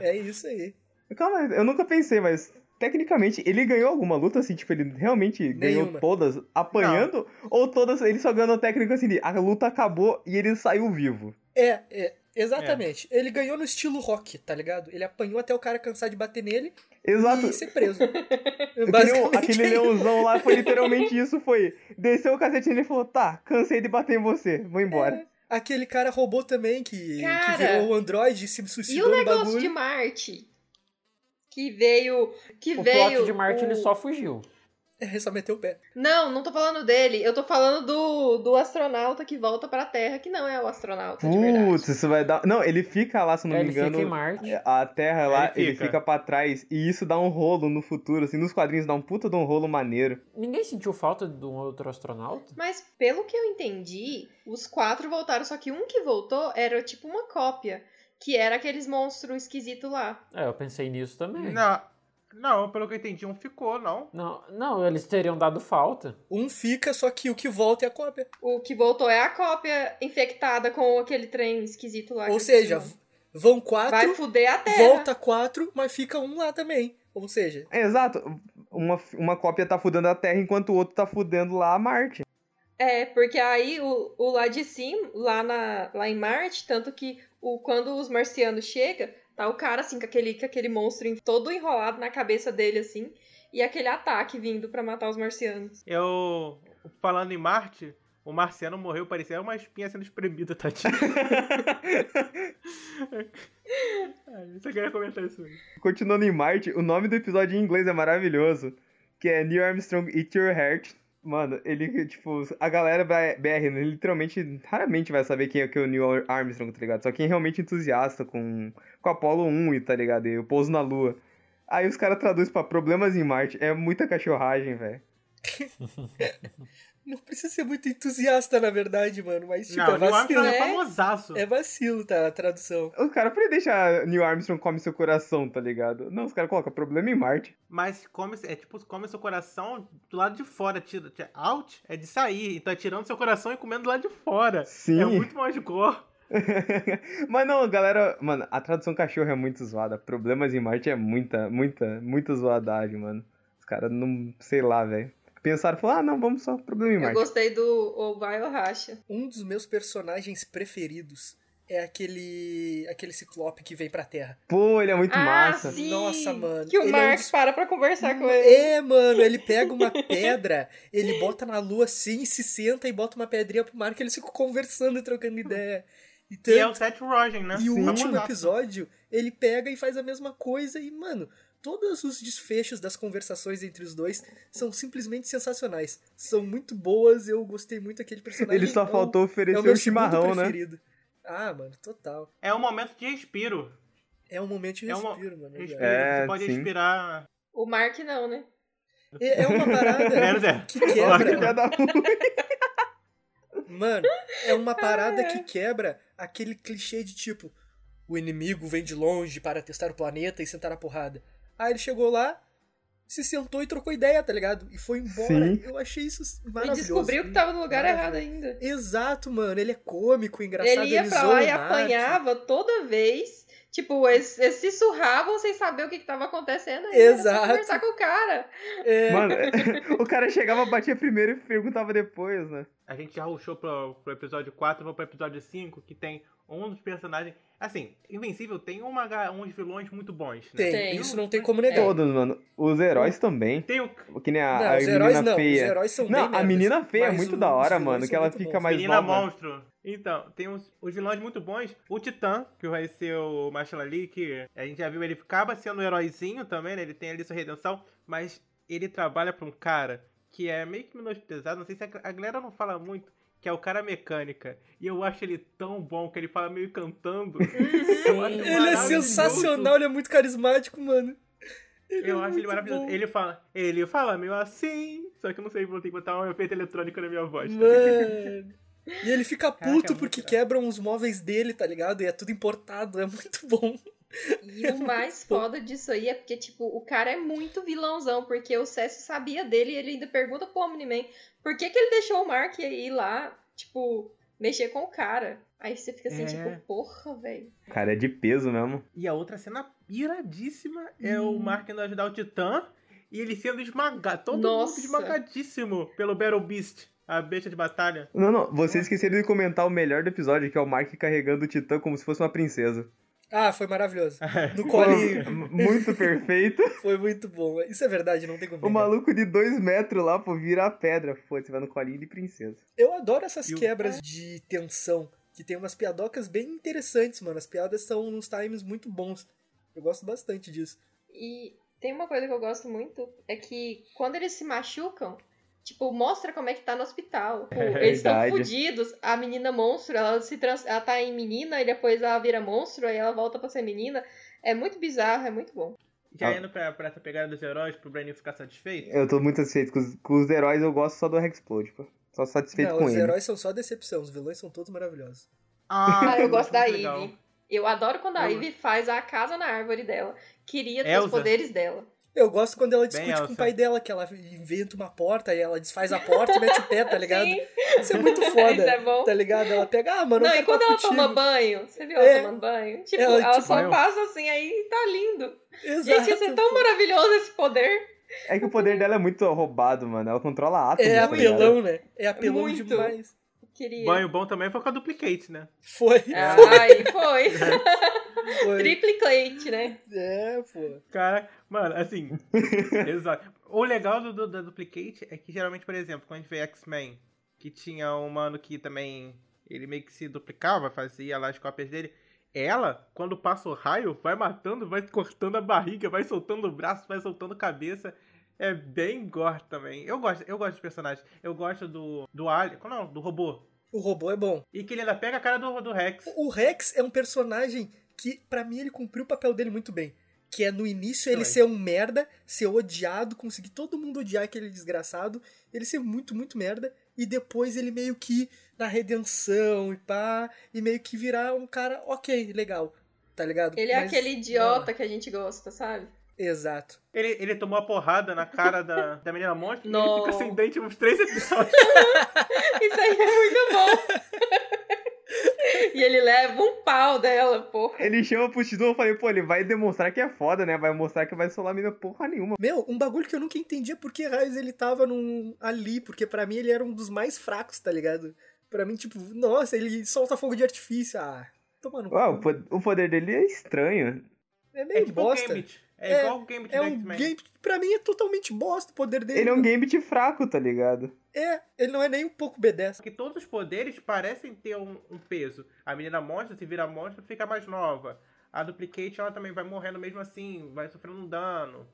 Speaker 2: É.
Speaker 3: É isso aí.
Speaker 1: Calma, eu nunca pensei, mas tecnicamente ele ganhou alguma luta, assim, tipo, ele realmente ganhou
Speaker 3: Nenhuma.
Speaker 1: todas apanhando? Ou todas, ele só ganhou a técnica assim, de, a luta acabou e ele saiu vivo?
Speaker 3: É, é, exatamente. Ele ganhou no estilo rock, tá ligado? Ele apanhou até o cara cansar de bater nele
Speaker 1: Exato.
Speaker 3: e ser preso.
Speaker 1: Aquele,
Speaker 3: Basicamente,
Speaker 2: é
Speaker 1: aquele leãozão lá foi literalmente isso, foi. Desceu o cacete nele e falou, tá, cansei de bater em você, vou embora.
Speaker 4: É,
Speaker 3: aquele cara roubou também, que,
Speaker 5: Cara,
Speaker 3: que virou o Android e se
Speaker 5: E o
Speaker 3: suicidou no
Speaker 5: negócio de
Speaker 3: bagulho.
Speaker 5: Marte? Que veio. Que
Speaker 4: O
Speaker 5: veio.
Speaker 4: plot de Marte ele
Speaker 5: o-
Speaker 4: só fugiu.
Speaker 3: É, só meteu o pé.
Speaker 5: Não, não tô falando dele. Eu tô falando do, do astronauta que volta pra Terra, que não é o astronauta de verdade.
Speaker 1: Putz, isso vai dar... Não, ele fica lá, se eu não
Speaker 4: É,
Speaker 1: me
Speaker 4: ele
Speaker 1: engano...
Speaker 4: fica em Marte.
Speaker 1: A Terra lá,
Speaker 2: Ele
Speaker 1: ele
Speaker 2: fica.
Speaker 1: fica. pra trás. E isso dá um rolo no futuro, assim. Nos quadrinhos dá um puta de um rolo maneiro.
Speaker 4: Ninguém sentiu falta de um outro astronauta?
Speaker 5: Mas pelo que eu entendi, os quatro voltaram, só que um que voltou era tipo uma cópia, que era aqueles monstros esquisitos lá.
Speaker 4: É, eu pensei nisso também.
Speaker 2: Não, não, pelo que eu entendi, um ficou, não.
Speaker 4: Não, não, eles teriam dado falta.
Speaker 3: Um fica, só que o que volta é a cópia.
Speaker 5: O que voltou é a cópia infectada com aquele trem esquisito lá. que
Speaker 3: Ou
Speaker 5: eu
Speaker 3: seja,
Speaker 5: esqueci o nome.
Speaker 3: vão
Speaker 5: vai
Speaker 3: quatro,
Speaker 5: fuder a Terra.
Speaker 3: volta quatro, mas fica um lá também. Ou seja,
Speaker 1: É, exato. Uma, uma cópia tá fudendo a Terra enquanto o outro tá fudendo lá a Marte.
Speaker 5: É, porque aí o, o lá de cima, lá, na, lá em Marte, tanto que o, quando os marcianos chegam, tá o cara assim, com aquele, com aquele monstro em- todo enrolado na cabeça dele, assim, e aquele ataque vindo pra matar os marcianos.
Speaker 2: Eu, falando em Marte, o marciano morreu, parecia uma espinha sendo espremida, tadinho. Ai, eu só queria comentar isso. mesmo.
Speaker 1: Continuando em Marte, o nome do episódio em inglês é maravilhoso. Que é Neil Armstrong Eat Your Heart. Mano, ele, tipo, a galera vai- BR né, literalmente, raramente vai saber quem é, que é o Neil Armstrong, tá ligado? Só quem é realmente entusiasta com, com Apollo 1, e tá ligado? E o pouso na Lua. Aí os caras traduzem pra problemas em Marte. É muita cachorragem, velho.
Speaker 3: não precisa ser muito entusiasta, na verdade, mano. Mas, tipo, é
Speaker 2: não, o Neil
Speaker 3: vacilo.
Speaker 2: Armstrong é
Speaker 5: É?
Speaker 2: famosaço.
Speaker 3: É vacilo, tá? A tradução.
Speaker 1: Os caras podem deixar Neil Armstrong come seu coração, tá ligado? Não, os caras colocam problema em Marte.
Speaker 2: Mas come, é tipo, come seu coração do lado de fora. Tira, tira- out é de sair. Então é tirando seu coração e comendo do lado de fora.
Speaker 1: Sim.
Speaker 2: É muito mais de cor.
Speaker 1: Mas não, galera, mano, a tradução cachorro é muito zoada. Problemas em Marte é muita, muita, muita zoadagem, mano. Os caras não, sei lá, velho. Pensaram, falaram, ah, não, vamos só problema em
Speaker 5: Eu
Speaker 1: Marte.
Speaker 5: gostei do ou vai ou racha.
Speaker 3: Um dos meus personagens preferidos é aquele aquele ciclope que vem pra Terra.
Speaker 1: Pô, ele é muito
Speaker 5: ah,
Speaker 1: massa.
Speaker 5: sim!
Speaker 3: Nossa, mano,
Speaker 5: Que o
Speaker 3: ele é um
Speaker 5: Marcos
Speaker 3: dos-
Speaker 5: para pra conversar com ele.
Speaker 3: É, mano, ele pega uma pedra, ele bota na lua assim, se senta e bota uma pedrinha pro mar que eles ficam conversando e trocando ideia. Então,
Speaker 2: E é o Seth Rogen, né?
Speaker 3: e o
Speaker 1: Sim.
Speaker 3: último
Speaker 2: Famosaço.
Speaker 3: episódio, ele pega e faz a mesma coisa e, mano, todos os desfechos das conversações entre os dois são simplesmente sensacionais. São muito boas, eu gostei muito daquele personagem.
Speaker 1: Ele só
Speaker 3: É o-
Speaker 1: faltou
Speaker 3: é o
Speaker 1: oferecer
Speaker 3: meu
Speaker 1: o chimarrão,
Speaker 3: segundo
Speaker 1: né?
Speaker 3: preferido. Ah, mano, total.
Speaker 2: É um momento de respiro.
Speaker 3: É um momento de
Speaker 2: É uma-
Speaker 3: respiro, mano.
Speaker 2: Respiro.
Speaker 3: É,
Speaker 1: É,
Speaker 2: Você pode
Speaker 1: sim.
Speaker 2: respirar.
Speaker 5: O Mark não, né?
Speaker 3: é é uma
Speaker 2: É,
Speaker 3: parada
Speaker 2: Zé.
Speaker 3: que
Speaker 1: Olha que
Speaker 3: quebra.
Speaker 1: filha da puta.
Speaker 3: Mano, é uma parada que quebra aquele clichê de tipo: o inimigo vem de longe para testar o planeta e sentar a porrada. Aí ele chegou lá, se sentou e trocou ideia, tá ligado? E foi embora.
Speaker 1: Sim.
Speaker 3: Eu achei isso
Speaker 5: E
Speaker 3: maravilhoso.
Speaker 5: descobriu que tava no lugar errado
Speaker 3: Maravilhoso.
Speaker 5: ainda.
Speaker 3: Exato, mano. Ele é cômico, engraçado.
Speaker 5: Ele ia pra
Speaker 3: zoa
Speaker 5: lá
Speaker 3: o
Speaker 5: e
Speaker 3: Mark.
Speaker 5: apanhava toda vez. Tipo, eles, eles se surravam sem saber o que, que tava acontecendo. aí era só
Speaker 3: Exato.
Speaker 5: conversar com o cara.
Speaker 3: É,
Speaker 1: Mano, o cara chegava, batia primeiro e perguntava depois, né?
Speaker 2: A gente já ruxou pro, pro episódio 4, vou pro episódio 5, que tem um dos personagens. Assim, Invencível tem uma, ga- uns vilões muito bons, né?
Speaker 3: tem.
Speaker 5: Tem.
Speaker 3: Isso não tem como negar.
Speaker 1: Todos, mano. Os heróis também.
Speaker 2: Tem um o
Speaker 1: Que nem a, a
Speaker 3: É. Não, os
Speaker 1: menina
Speaker 3: heróis não.
Speaker 1: feia.
Speaker 3: Os heróis são
Speaker 1: não,
Speaker 3: bem
Speaker 1: a
Speaker 3: merdas,
Speaker 1: menina feia é
Speaker 3: mas
Speaker 1: muito
Speaker 3: os
Speaker 1: da hora,
Speaker 3: vilões
Speaker 1: mano.
Speaker 3: são
Speaker 1: Que ela
Speaker 3: muito
Speaker 1: fica
Speaker 3: bons.
Speaker 1: mais
Speaker 2: Menina
Speaker 1: nova.
Speaker 2: Monstro. Então, tem os, os vilões muito bons. O Titã, que vai ser o Marshall Ali, que a gente já viu, ele acaba sendo um heróizinho também, né? Ele tem ali sua redenção, mas ele trabalha pra um cara que é meio que menosprezado, não sei se a, a galera não fala muito, que é o cara mecânica. E eu acho ele tão bom que ele fala meio cantando.
Speaker 4: Sim.
Speaker 2: Eu acho
Speaker 3: Ele é
Speaker 2: maravilhoso.
Speaker 3: sensacional, ele é muito carismático, mano. Ele
Speaker 2: Eu
Speaker 3: é
Speaker 2: acho ele
Speaker 3: muito
Speaker 2: maravilhoso.
Speaker 3: bom.
Speaker 2: Ele fala, ele fala meio assim, só que eu não sei, vou ter que botar um efeito eletrônico na minha voz.
Speaker 3: Mano. E ele fica
Speaker 2: Caraca, é
Speaker 3: puto
Speaker 2: muito
Speaker 3: porque
Speaker 2: irado.
Speaker 3: quebram os móveis dele, tá ligado? E é tudo importado, é muito bom.
Speaker 5: E o mais foda disso aí é porque, tipo, o cara é muito vilãozão, porque o Césio sabia dele e ele ainda pergunta pro Omni-Man por que, que ele deixou o Mark ir lá, tipo, mexer com o cara. Aí você fica assim,
Speaker 2: É.
Speaker 5: tipo, porra, velho.
Speaker 1: O cara é de peso mesmo.
Speaker 2: E a outra cena piradíssima é o
Speaker 3: Hum.
Speaker 2: Mark indo ajudar o Titã e ele sendo esmagado, todo
Speaker 5: Nossa.
Speaker 2: mundo esmagadíssimo pelo Battle Beast, a besta de batalha.
Speaker 1: Não, não, vocês esqueceram de comentar o melhor do episódio, que é o Mark carregando o Titã como se fosse uma princesa.
Speaker 3: Ah, foi maravilhoso. No colo
Speaker 1: Muito perfeito.
Speaker 3: foi muito bom. Isso é verdade, não tem como.
Speaker 1: O
Speaker 3: negar.
Speaker 1: maluco de dois metros lá, pô, vira a pedra. Pô, você vai no colinho de princesa.
Speaker 3: Eu adoro essas
Speaker 2: E o-
Speaker 3: quebras de tensão, que tem umas piadocas bem interessantes, mano. As piadas são nos times muito bons. Eu gosto bastante disso.
Speaker 5: E tem uma coisa que eu gosto muito, é que quando eles se machucam, tipo, mostra como é que tá no hospital. Tipo, eles estão
Speaker 1: verdade.
Speaker 5: fudidos, a menina monstro, ela se trans... ela tá em menina e depois ela vira monstro, aí ela volta pra ser menina. É muito bizarro, é muito bom.
Speaker 2: Já
Speaker 1: Ah.
Speaker 2: indo pra, pra essa pegada dos heróis, pro Brain ficar satisfeito.
Speaker 1: Eu tô muito satisfeito com os, com os heróis, eu gosto só do Hexplode, pô. Só satisfeito
Speaker 3: Não,
Speaker 1: com
Speaker 3: os
Speaker 1: ele.
Speaker 3: heróis são só decepção, os vilões são todos maravilhosos.
Speaker 2: Ah,
Speaker 3: é
Speaker 5: Cara, eu gosto da
Speaker 2: muito legal.
Speaker 5: Ivy. Eu adoro quando a
Speaker 2: Eu-
Speaker 5: Ivy faz a casa na árvore dela. Queria ter os
Speaker 2: Elsa.
Speaker 5: poderes dela.
Speaker 3: Eu gosto quando ela
Speaker 2: Bem né?
Speaker 3: discute com
Speaker 2: Elsa.
Speaker 3: o pai dela, que ela inventa uma porta e ela desfaz a porta e mete o pé, tá ligado?
Speaker 5: Sim,
Speaker 3: Isso é muito
Speaker 5: isso é
Speaker 3: foda.
Speaker 5: bom.
Speaker 3: Tá ligado? Ela pega, ah, mano, eu
Speaker 5: Não, e
Speaker 3: quero
Speaker 5: quando
Speaker 3: papo
Speaker 5: ela
Speaker 3: contigo.
Speaker 5: toma banho, você viu
Speaker 3: É.
Speaker 5: ela tomando banho? Tipo,
Speaker 3: Ela,
Speaker 5: ela,
Speaker 3: tipo,
Speaker 5: só
Speaker 4: vai, ó.
Speaker 5: passa assim aí e tá lindo.
Speaker 3: Exato.
Speaker 5: Gente, ia ser tão maravilhoso esse poder.
Speaker 1: É que o poder dela é muito roubado, mano. Ela controla átomos.
Speaker 3: É
Speaker 1: tá ligado?
Speaker 3: apelão, né? É apelão
Speaker 5: Muito.
Speaker 3: demais.
Speaker 5: Queria.
Speaker 2: Banho bom também foi com a duplicate, né?
Speaker 3: Foi,
Speaker 5: É Ai, foi.
Speaker 3: foi.
Speaker 5: Triplicate, né?
Speaker 3: É, pô.
Speaker 2: Cara, mano, assim. exato. O legal do, do- da duplicate é que geralmente, por exemplo, quando a gente vê X-Men, que tinha um mano que também. Ele meio que se duplicava, fazia lá as cópias dele. Ela, quando passa o raio, vai matando, vai cortando a barriga, vai soltando o braço, vai soltando a cabeça. É bem gore também. Eu gosto, eu gosto dos personagens. Eu gosto do. do Alien. Qual é o nome? Do robô.
Speaker 3: O robô é bom.
Speaker 2: E que ele ainda pega a cara do, do Rex.
Speaker 3: O Rex é um personagem que, pra mim, ele cumpriu o papel dele muito bem. Que é no início ele
Speaker 2: Também.
Speaker 3: ser um merda, ser odiado, conseguir todo mundo odiar aquele desgraçado, ele ser muito, muito merda, e depois ele meio que na redenção e pá, e meio que virar um cara ok, legal, tá ligado?
Speaker 5: Ele é
Speaker 3: Mas-
Speaker 5: aquele idiota que a gente gosta, sabe?
Speaker 3: Exato.
Speaker 2: Ele, ele tomou a porrada na cara da, da menina monstro e
Speaker 5: Não.
Speaker 2: ele fica sem dente nos três episódios.
Speaker 5: Isso aí é muito bom. e ele leva um pau dela, porra.
Speaker 1: Ele chama pro Titã, eu falei, pô, ele vai demonstrar que é foda, né? Vai mostrar que vai solar a mina porra nenhuma.
Speaker 3: Meu, um bagulho que eu nunca entendia por que raios ele tava num, ali, porque pra mim ele era um dos mais fracos, tá ligado? Pra mim, tipo, nossa, ele solta fogo de artifício, ah, toma no
Speaker 1: Uau,
Speaker 3: cu.
Speaker 1: o po- o poder dele é estranho.
Speaker 3: É
Speaker 2: É
Speaker 3: meio
Speaker 2: tipo o
Speaker 3: bosta.
Speaker 2: Gambit. É,
Speaker 3: É-
Speaker 2: igual o Gambit
Speaker 3: É
Speaker 2: do
Speaker 3: um
Speaker 2: X-Men.
Speaker 3: game que pra mim é totalmente bosta o poder dele.
Speaker 1: Ele é um gambit fraco, tá ligado?
Speaker 3: É, ele não é nem um pouco B10.
Speaker 2: Porque todos os poderes parecem ter um, um peso. A menina monstro, se vira monstro, fica mais nova. A duplicate, ela também vai morrendo mesmo assim, vai sofrendo um dano.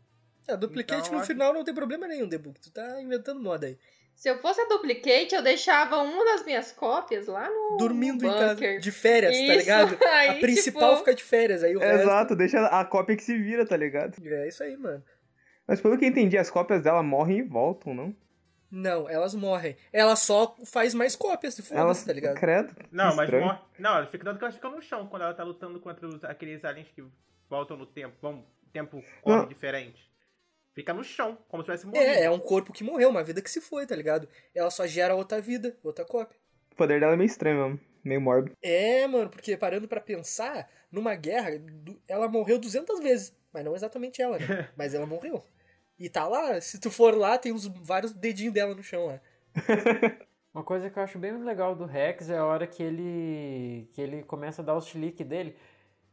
Speaker 3: A Ah, duplicate
Speaker 2: Então,
Speaker 3: no
Speaker 2: acho-
Speaker 3: final não tem problema nenhum, Debug. Tu tá inventando moda aí.
Speaker 5: Se eu fosse a duplicate, eu deixava uma das minhas cópias lá no.
Speaker 3: Dormindo em casa,
Speaker 5: Hum, bunker.
Speaker 3: de férias,
Speaker 5: Isso,
Speaker 3: tá ligado?
Speaker 5: Aí,
Speaker 3: A principal
Speaker 5: tipo,
Speaker 3: fica de férias, aí o resto...
Speaker 1: Exato, deixa a cópia que se vira, tá ligado?
Speaker 3: É isso aí, mano.
Speaker 1: Mas pelo que eu entendi, as cópias dela morrem e voltam, não?
Speaker 3: Não, elas morrem. Ela só faz mais cópias, se foda
Speaker 1: Elas,
Speaker 3: tá ligado?
Speaker 1: credo.
Speaker 2: Não, mas
Speaker 1: Estranho.
Speaker 2: morre. Não, ela fica tanto que ela fica no chão quando ela tá lutando contra os- aqueles aliens que voltam no tempo. Vão, tempo corre
Speaker 1: Não.
Speaker 2: diferente. Fica no chão, como se tivesse morrido.
Speaker 3: É, é um corpo que morreu, uma vida que se foi, tá ligado? Ela só gera outra vida, outra cópia.
Speaker 1: O poder dela é meio estranho mesmo. Meio mórbido.
Speaker 3: É, mano, porque parando pra pensar, numa guerra, du- ela morreu 200 vezes. Mas não exatamente ela, né? Mas ela morreu. E tá lá, se tu for lá, tem uns vários dedinhos dela no chão lá.
Speaker 4: Uma coisa que eu acho bem legal do Rex é a hora que ele que ele começa a dar os chilique dele.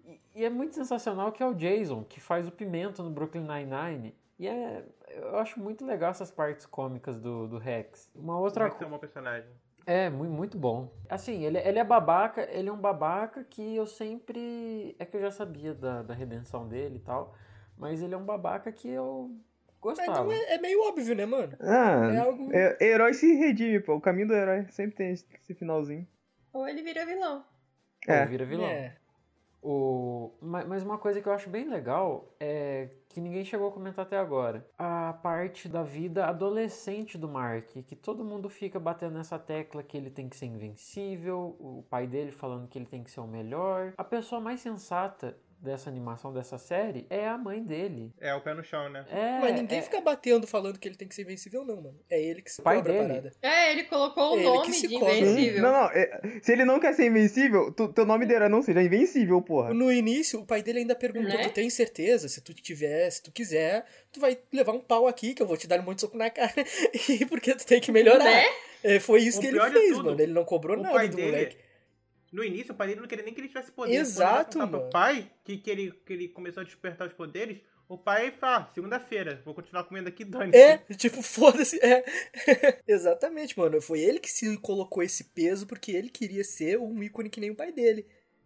Speaker 4: E, e é muito sensacional que é o Jason, que faz o pimento no Brooklyn Nine-Nine. E é, eu acho muito legal essas partes cômicas do, do Rex. Uma outra,
Speaker 2: Vai ser um bom personagem.
Speaker 4: é, mu- muito bom. Assim, ele, ele é babaca, ele é um babaca que eu sempre. É que eu já sabia da, da redenção dele e tal, mas ele é um babaca que eu
Speaker 3: Mas
Speaker 4: Gostava.
Speaker 3: não é, é meio óbvio, né, mano? É
Speaker 1: Ah,
Speaker 3: algo.
Speaker 1: é- herói se redime, pô. O caminho do herói sempre tem esse esse finalzinho.
Speaker 5: Ou ele vira vilão.
Speaker 4: Pô,
Speaker 1: É.
Speaker 4: vira vilão.
Speaker 3: É.
Speaker 4: O... ma- Mas uma coisa que eu acho bem legal é que ninguém chegou a comentar até agora. A parte da vida adolescente do Mark, que todo mundo fica batendo nessa tecla que ele tem que ser invencível, o pai dele falando que ele tem que ser o melhor. A pessoa mais sensata dessa animação, dessa série, é a mãe dele.
Speaker 2: É, o pé no chão, né?
Speaker 4: É,
Speaker 3: Mas ninguém
Speaker 4: é-
Speaker 3: fica batendo falando que ele tem que ser invencível, não, mano. É ele que se
Speaker 4: O pai
Speaker 3: cobra a
Speaker 4: dele.
Speaker 3: parada.
Speaker 5: É, ele colocou o
Speaker 3: Ele que
Speaker 5: nome
Speaker 3: se
Speaker 5: de
Speaker 3: cobra.
Speaker 5: invencível.
Speaker 1: Não, não. é- se ele não quer ser invencível, tu- teu nome do herói não seja invencível, porra.
Speaker 3: No início, o pai dele ainda perguntou:
Speaker 5: Né?
Speaker 3: Tu tem certeza? Se tu tiver, se tu quiser, tu vai levar um pau aqui que eu vou te dar um monte de soco na cara. E porque tu tem que melhorar.
Speaker 5: Né?
Speaker 3: É, foi isso
Speaker 2: O
Speaker 3: que ele
Speaker 2: pior de
Speaker 3: fez,
Speaker 2: tudo,
Speaker 3: mano. Ele não cobrou
Speaker 2: o
Speaker 3: nada
Speaker 2: pai
Speaker 3: do
Speaker 2: dele- é-
Speaker 3: moleque.
Speaker 2: No início, o pai dele não queria nem que ele tivesse poder.
Speaker 3: Exato,
Speaker 2: Quando ele vai contar pro
Speaker 3: mano.
Speaker 2: pai, que, que, ele, que ele começou a despertar os poderes, o pai fala, "Ah, segunda-feira, vou continuar comendo aqui, dane
Speaker 3: É, tipo, foda-se. É. Exatamente, mano. Foi ele que se colocou esse peso porque ele queria ser um ícone que nem o pai dele.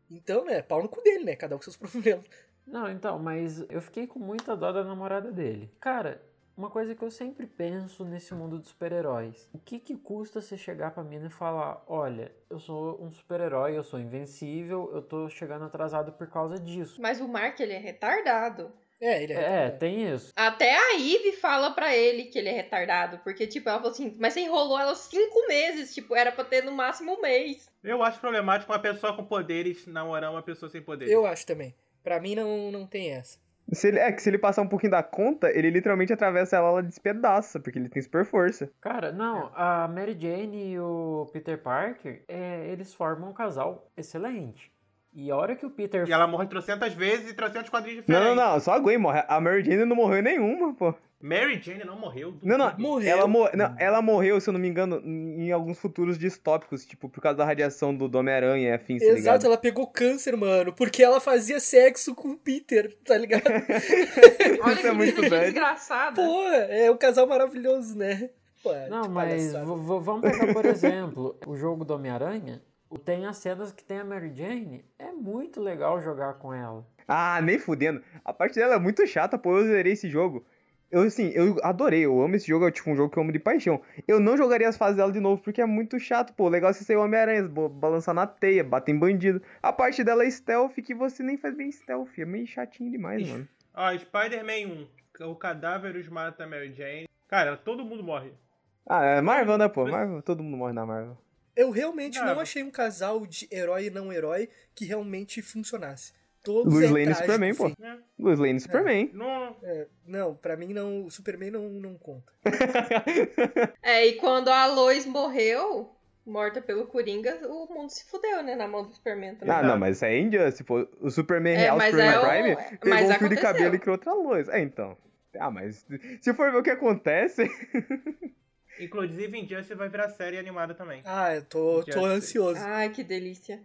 Speaker 3: Então, né, pau no cu dele, né? Cada um com seus problemas.
Speaker 4: Não, então, mas eu fiquei com muita dó da namorada dele. Cara, uma coisa que eu sempre penso nesse mundo dos super-heróis. O que que custa você chegar pra mina e falar, olha, eu sou um super-herói, eu sou invencível, eu tô chegando atrasado por causa disso.
Speaker 5: Mas o Mark, ele é retardado.
Speaker 3: É, ele é.
Speaker 4: É, tem isso.
Speaker 5: Até a Ivy fala pra ele que ele é retardado, porque, tipo, ela falou assim, mas você enrolou ela cinco meses, tipo, era pra ter no máximo um mês.
Speaker 2: Eu acho problemático uma pessoa com poderes namorar uma pessoa sem poderes.
Speaker 3: Eu acho também. Pra mim, não, não tem essa.
Speaker 1: Se ele, é que se ele passar um pouquinho da conta, ele literalmente atravessa ela, ela despedaça, porque ele tem super força.
Speaker 4: Cara,
Speaker 2: É.
Speaker 4: não, a Mary Jane e o Peter Parker, é, eles formam um casal excelente. E a hora que o Peter...
Speaker 2: E ela morre trocentas vezes e trocentos quadrinhos
Speaker 1: Não,
Speaker 2: diferentes.
Speaker 1: não, não, só a Gwen morre. A Mary Jane não morreu em nenhuma, pô.
Speaker 2: Mary Jane não morreu.
Speaker 1: Não, não,
Speaker 3: Morreu.
Speaker 1: Ela, mo- não, ela morreu, se eu não me engano, em em alguns futuros distópicos, tipo, por causa da radiação do do Homem-Aranha e afins, tá
Speaker 3: Exato,
Speaker 1: ligado?
Speaker 3: ela pegou câncer, mano, porque ela fazia sexo com o Peter, tá ligado?
Speaker 5: Olha
Speaker 1: Isso é
Speaker 5: que
Speaker 1: muito
Speaker 5: menina
Speaker 1: bad.
Speaker 5: desgraçada.
Speaker 3: Pô, é um casal maravilhoso, né? Pô,
Speaker 4: Não,
Speaker 3: que
Speaker 4: mas
Speaker 3: palhaçada.
Speaker 4: vo- vo- vamos pegar, por exemplo, o jogo do Homem-Aranha. o- Tem as cenas que tem a Mary Jane. É muito legal jogar com ela.
Speaker 1: Ah, nem fudendo. A parte dela é muito chata, pô. Eu zerei esse jogo. Eu, assim, eu adorei. Eu amo esse jogo. É tipo um jogo que eu amo de paixão. Eu não jogaria as fases dela de novo, porque é muito chato, pô. O Legal é você ser o Homem-Aranha, bo- balançar na teia, bater em bandido. A parte dela é stealth, que você nem faz bem stealth. É meio chatinho demais,
Speaker 2: Ixi.
Speaker 1: mano.
Speaker 2: Ó, Spider-Man 1. O cadáver os mata a Mary Jane. Cara, todo mundo morre.
Speaker 1: Ah, é Marvel, né, pô? Marvel, todo mundo morre na Marvel.
Speaker 3: Eu realmente não
Speaker 2: Cara.
Speaker 3: achei um casal de herói e não herói que realmente funcionasse. Todos
Speaker 1: Luiz
Speaker 3: é
Speaker 1: Lane e
Speaker 3: trágico,
Speaker 1: Superman, pô.
Speaker 3: sim.
Speaker 1: Luiz Lane e Superman.
Speaker 2: Não,
Speaker 3: É, não, pra mim não, o Superman não, não conta.
Speaker 5: É, e quando a Lois morreu, morta pelo Coringa, o mundo se fudeu, né, na mão do Superman. também.
Speaker 1: Ah, não, mas isso é Índia. pô. o Superman
Speaker 5: É,
Speaker 1: real,
Speaker 5: mas
Speaker 1: Superman
Speaker 5: é o-
Speaker 1: Prime,
Speaker 5: mas
Speaker 1: pegou um fio de
Speaker 5: aconteceu.
Speaker 1: cabelo e criou outra luz. É, então. Ah, mas se for ver o que acontece,
Speaker 2: inclusive Injustice vai virar série animada também.
Speaker 3: Ah, eu tô, tô
Speaker 2: Justice.
Speaker 3: ansioso.
Speaker 5: Ai, que delícia.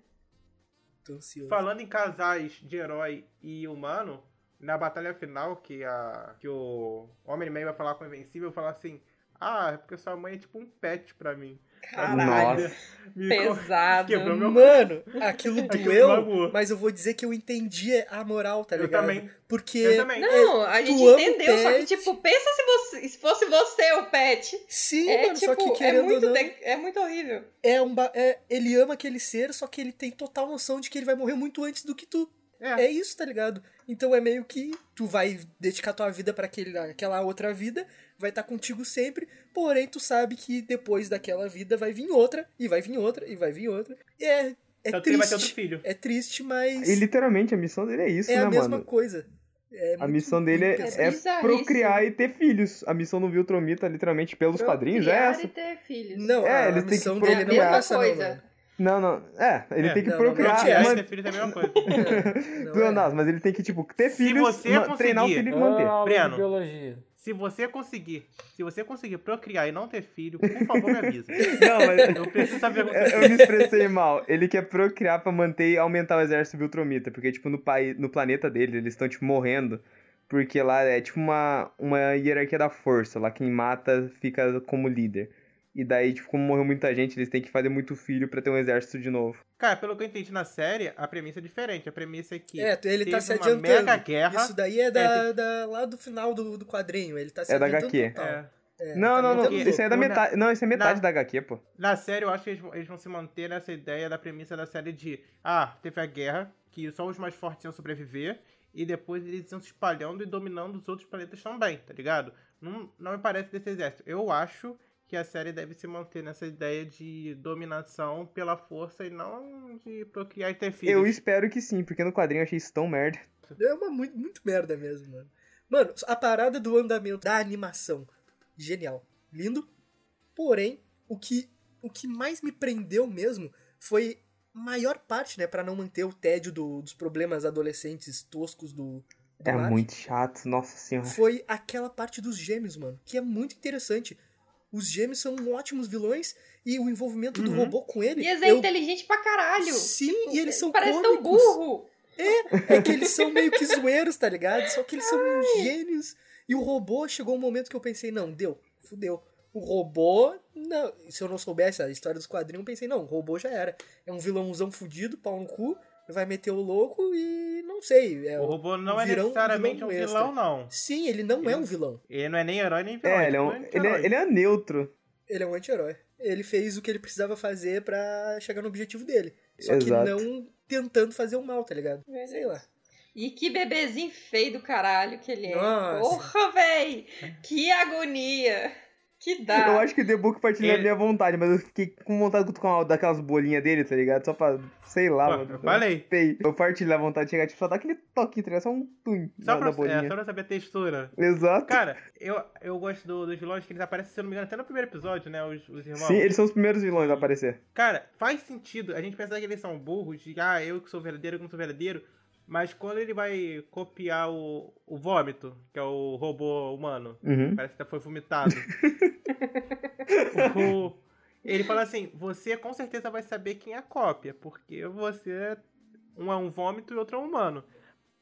Speaker 3: Tô ansioso.
Speaker 2: Falando em casais de herói e humano, na batalha final que, a, que o Homem-Man vai falar com o Invencível, fala assim, ah, é porque sua mãe é tipo um pet pra mim. Assim,
Speaker 5: Caralho,
Speaker 1: Nossa.
Speaker 2: Me co-
Speaker 5: pesado.
Speaker 2: Quebrou
Speaker 1: um
Speaker 2: meu...
Speaker 3: Mano, aquilo
Speaker 2: Aquilo
Speaker 3: doeu,
Speaker 2: magoou.
Speaker 3: mas eu vou dizer que eu entendi a moral, tá
Speaker 2: Eu
Speaker 3: ligado?
Speaker 2: também.
Speaker 3: Porque
Speaker 2: Eu também.
Speaker 5: Não, a gente
Speaker 3: ama o
Speaker 5: entendeu, só que,
Speaker 3: É, Pet.
Speaker 5: tipo, pensa se, você- se fosse você o Pet.
Speaker 3: Sim,
Speaker 5: É,
Speaker 3: mano,
Speaker 5: tipo,
Speaker 3: só que
Speaker 5: é,
Speaker 3: querendo ou
Speaker 5: muito
Speaker 3: não,
Speaker 5: de- é muito horrível.
Speaker 3: é um ba- é- ele ama aquele ser, só que ele tem total noção de que ele vai morrer muito antes do que tu.
Speaker 2: É.
Speaker 3: É isso, tá ligado? Então é meio que tu vai dedicar tua vida pra aquele- aquela outra vida, vai estar contigo sempre, porém tu sabe que depois daquela vida vai vir outra, e vai vir outra, e vai vir outra. E é, é
Speaker 2: Tanto que ele Então vai ter outro
Speaker 3: triste.
Speaker 2: filho.
Speaker 3: É triste, mas
Speaker 1: e literalmente a missão dele é isso,
Speaker 3: é
Speaker 1: né,
Speaker 3: a mesma
Speaker 1: mano?
Speaker 3: coisa. É
Speaker 1: A
Speaker 3: muito-
Speaker 1: missão dele
Speaker 3: muito né?
Speaker 1: é,
Speaker 3: pesado.
Speaker 1: é
Speaker 5: bizarríssimo.
Speaker 1: procriar e ter filhos. A missão do Viltromita, literalmente, pelos quadrinhos, é
Speaker 5: Procriar
Speaker 1: essa.
Speaker 5: e ter filhos.
Speaker 3: Não,
Speaker 1: É,
Speaker 3: a
Speaker 1: ele tem que
Speaker 3: missão dele não é
Speaker 1: procriar.
Speaker 3: essa, não,
Speaker 5: Coisa.
Speaker 3: mano.
Speaker 1: Não, não. É, ele
Speaker 2: É,
Speaker 1: tem que
Speaker 3: não, não, não
Speaker 1: procriar.
Speaker 3: te
Speaker 2: Procriar
Speaker 1: man-
Speaker 2: e ter filho é a mesma coisa.
Speaker 3: É, não
Speaker 1: Tu,
Speaker 3: é.
Speaker 1: Anás, mas ele tem que, tipo, ter
Speaker 2: Se
Speaker 1: filhos,
Speaker 2: você
Speaker 1: ma- treinar o
Speaker 2: conseguir-
Speaker 1: filho e manter.
Speaker 4: Ah, aula de
Speaker 2: Breno.
Speaker 4: biologia.
Speaker 2: Se você conseguir, se você conseguir procriar e não ter filho, por favor, me avisa.
Speaker 1: Não, mas
Speaker 2: Eu preciso saber como
Speaker 1: É, Eu me expressei mal. Ele quer procriar pra manter e aumentar o exército Viltromita. Porque, tipo, no, pai, no planeta dele, eles estão, tipo, morrendo. Porque lá é tipo uma, uma hierarquia da força. Lá quem mata fica como líder. E daí, tipo, como morreu muita gente, eles têm que fazer muito filho pra ter um exército de novo.
Speaker 3: é.
Speaker 2: Cara, pelo que eu entendi na série, a premissa é diferente. A premissa é que
Speaker 3: É, ele tá
Speaker 2: teve
Speaker 3: se
Speaker 2: uma
Speaker 3: adiantando.
Speaker 2: mega guerra.
Speaker 3: Isso daí é, da,
Speaker 2: É, tem-
Speaker 3: da- lá do final do, do quadrinho. Ele tá se
Speaker 1: É da
Speaker 3: adiantando
Speaker 1: HQ.
Speaker 3: total.
Speaker 2: É.
Speaker 3: É,
Speaker 1: não, não,
Speaker 3: tá
Speaker 1: não.
Speaker 3: muito louco.
Speaker 1: Isso aí é da
Speaker 2: Ou na-
Speaker 1: metade. Não, isso é metade
Speaker 2: na-
Speaker 1: da HQ, pô.
Speaker 2: Na série, eu acho que eles vão, eles vão se manter nessa ideia da premissa da série de ah, teve a guerra, que só os mais fortes iam sobreviver, e depois eles iam se espalhando e dominando os outros planetas também, tá ligado? Não, não me parece desse exército. Eu acho que a série deve se manter nessa ideia de dominação pela força e não de procriar e ter
Speaker 1: Eu
Speaker 2: filhos.
Speaker 1: espero que sim, porque no quadrinho eu achei isso tão merda.
Speaker 3: É uma muito, muito merda mesmo, mano. Mano, a parada do andamento da animação. Genial. Lindo. Porém, o que, o que mais me prendeu mesmo foi a maior parte, né? Pra não manter o tédio do- dos problemas adolescentes toscos do. do
Speaker 1: É
Speaker 3: Mark,
Speaker 1: muito chato, nossa senhora.
Speaker 3: Foi aquela parte dos gêmeos, mano. Que é muito interessante. Os gêmeos são ótimos vilões e o envolvimento do
Speaker 2: Uhum.
Speaker 3: robô com ele.
Speaker 5: E eles é
Speaker 3: eu-
Speaker 5: inteligente pra caralho. Tipo,
Speaker 3: Sim, e eles são
Speaker 5: Parece tão
Speaker 3: cômicos.
Speaker 5: burro.
Speaker 3: É que eles são meio que zoeiros, tá ligado? Só que eles são gênios. E o robô chegou um momento que eu pensei, não, deu, fudeu. O robô, não. Se eu não soubesse a história dos quadrinhos, eu pensei, não, o robô já era. É um vilãozão fudido, pau no cu, vai meter o louco e não sei. é-
Speaker 2: O robô não é
Speaker 3: Virão-
Speaker 2: necessariamente
Speaker 3: virão
Speaker 2: um
Speaker 3: extra.
Speaker 2: vilão, não.
Speaker 3: Sim, ele não é um vilão.
Speaker 2: Ele não é nem herói nem vilão.
Speaker 1: É, ele é, um, ele,
Speaker 2: anti-herói.
Speaker 1: é, ele é neutro.
Speaker 3: Ele é um anti-herói. Ele fez o que ele precisava fazer pra chegar no objetivo dele. Só
Speaker 1: Exato.
Speaker 3: que não tentando fazer o mal, tá ligado?
Speaker 5: é
Speaker 3: Sei lá.
Speaker 5: E que bebezinho feio do caralho que ele é.
Speaker 3: Nossa.
Speaker 5: Porra, véi. Que agonia. Que
Speaker 1: Eu
Speaker 2: Tá.
Speaker 5: dá.
Speaker 1: acho que o The Book partilha a
Speaker 2: Ele-
Speaker 1: minha vontade, mas eu fiquei com vontade de cutucar uma daquelas bolinhas dele, tá ligado? Só pra, sei lá,
Speaker 2: Pô, eu falei.
Speaker 1: Feio. Eu partilho a vontade de chegar, tipo, só dar aquele toque, tá ligado? Só um tum
Speaker 2: Só
Speaker 1: na,
Speaker 2: pra,
Speaker 1: na
Speaker 2: é,
Speaker 1: bolinha.
Speaker 2: só pra saber a textura.
Speaker 1: Exato.
Speaker 2: Cara, eu, eu gosto do- dos vilões que eles aparecem, se eu não me engano, até no primeiro episódio, né? Os, os irmãos.
Speaker 1: Sim, eles são os primeiros vilões a aparecer.
Speaker 2: Cara, faz sentido. A gente pensa que eles são burros, de ah, eu que sou verdadeiro, eu que não sou verdadeiro. Mas quando ele vai copiar o, o vômito, que é o robô humano,
Speaker 1: Uhum.
Speaker 2: parece que foi vomitado. o- ele fala assim: você com certeza vai saber quem é a cópia, porque você. Um é um vômito e outro é um humano.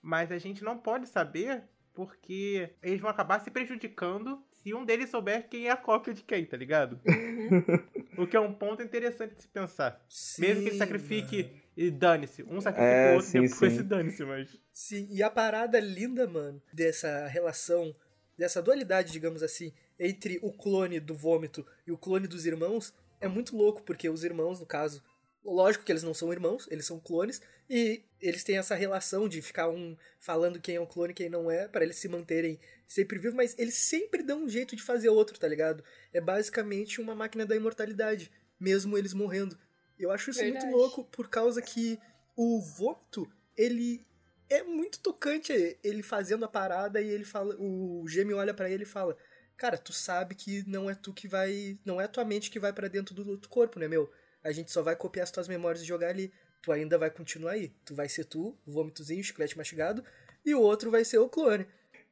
Speaker 2: Mas a gente não pode saber porque eles vão acabar se prejudicando se um deles souber quem é a cópia de quem, tá ligado?
Speaker 5: Uhum.
Speaker 2: O que é um ponto interessante de se pensar. Mesmo que ele
Speaker 3: Sim,
Speaker 2: sacrifique
Speaker 3: mano.
Speaker 2: e dane-se. Um sacrifica
Speaker 1: É,
Speaker 2: o outro,
Speaker 1: sim,
Speaker 2: depois
Speaker 1: sim.
Speaker 2: se dane-se, mas.
Speaker 3: Sim, e a parada linda, mano, dessa relação, dessa dualidade, digamos assim, entre o clone do vômito e o clone dos irmãos é muito louco, porque os irmãos, no caso, lógico que eles não são irmãos, eles são clones, e eles têm essa relação de ficar um falando quem é um clone e quem não é, pra eles se manterem sempre vivos, mas eles sempre dão um jeito de fazer outro, tá ligado? É basicamente uma máquina da imortalidade, mesmo eles morrendo. Eu acho isso
Speaker 5: Verdade.
Speaker 3: muito louco, por causa que o vômito, ele é muito tocante ele fazendo a parada e ele fala, o gêmeo olha pra ele e fala: "Cara, tu sabe que não é tu que vai, não é a tua mente que vai pra dentro do outro corpo, né, meu? A gente só vai copiar as tuas memórias e jogar ali. Tu ainda vai continuar aí. Tu vai ser tu, vômitozinho, chiclete mastigado, e o outro vai ser o clone.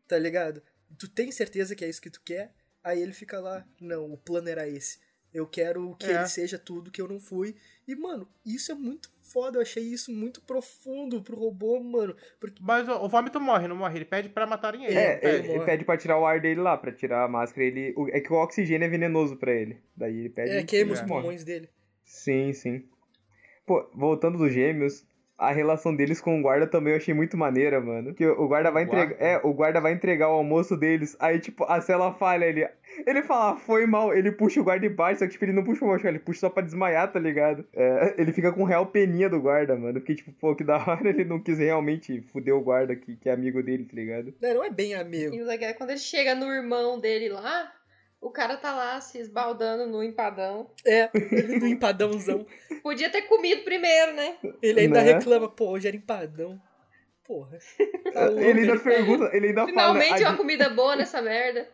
Speaker 3: Tá ligado? Tu tem certeza que é isso que tu quer?" Aí ele fica lá: "Não, o plano era esse. Eu quero que
Speaker 2: É.
Speaker 3: ele seja tudo que eu não fui." E mano, isso é muito foda, eu achei isso muito profundo pro robô, mano.
Speaker 2: Mas o, o vômito morre, não morre. Ele pede pra matarem ele. não
Speaker 1: É,
Speaker 2: pede?
Speaker 1: ele, ele
Speaker 3: morre.
Speaker 1: pede pra tirar o ar dele lá, pra tirar a máscara. Ele, o- é que o oxigênio é venenoso pra ele. Daí ele pede.
Speaker 3: É,
Speaker 1: e
Speaker 3: queima os
Speaker 1: morre.
Speaker 3: pulmões dele.
Speaker 1: Sim, sim. Pô, voltando dos gêmeos, a relação deles com o guarda também eu achei muito maneira, mano. Que o guarda vai
Speaker 2: O guarda?
Speaker 1: entregar. É, o guarda vai entregar o almoço deles. Aí, tipo, a cela falha ele. Ele fala, "Ah, foi mal, ele puxa o guarda embaixo, só que tipo, ele não puxa o machucado, ele puxa só pra desmaiar, tá ligado? É, ele fica com real peninha do guarda, mano. Porque, tipo, pô, que da hora ele não quis realmente fuder o guarda que, que é amigo dele, tá ligado?
Speaker 3: Não, não é bem amigo.
Speaker 5: E o legal é quando ele chega no irmão dele lá, o cara tá lá se esbaldando no empadão.
Speaker 3: É, ele no empadãozão.
Speaker 5: Podia ter comido primeiro, né?
Speaker 3: Ele ainda
Speaker 1: Né?
Speaker 3: reclama, pô, hoje era empadão. Porra. Tá louco.
Speaker 1: Ah, Ele ainda pergunta, ele ainda fala. né,
Speaker 5: Finalmente
Speaker 1: "Ad-
Speaker 5: uma comida boa nessa merda.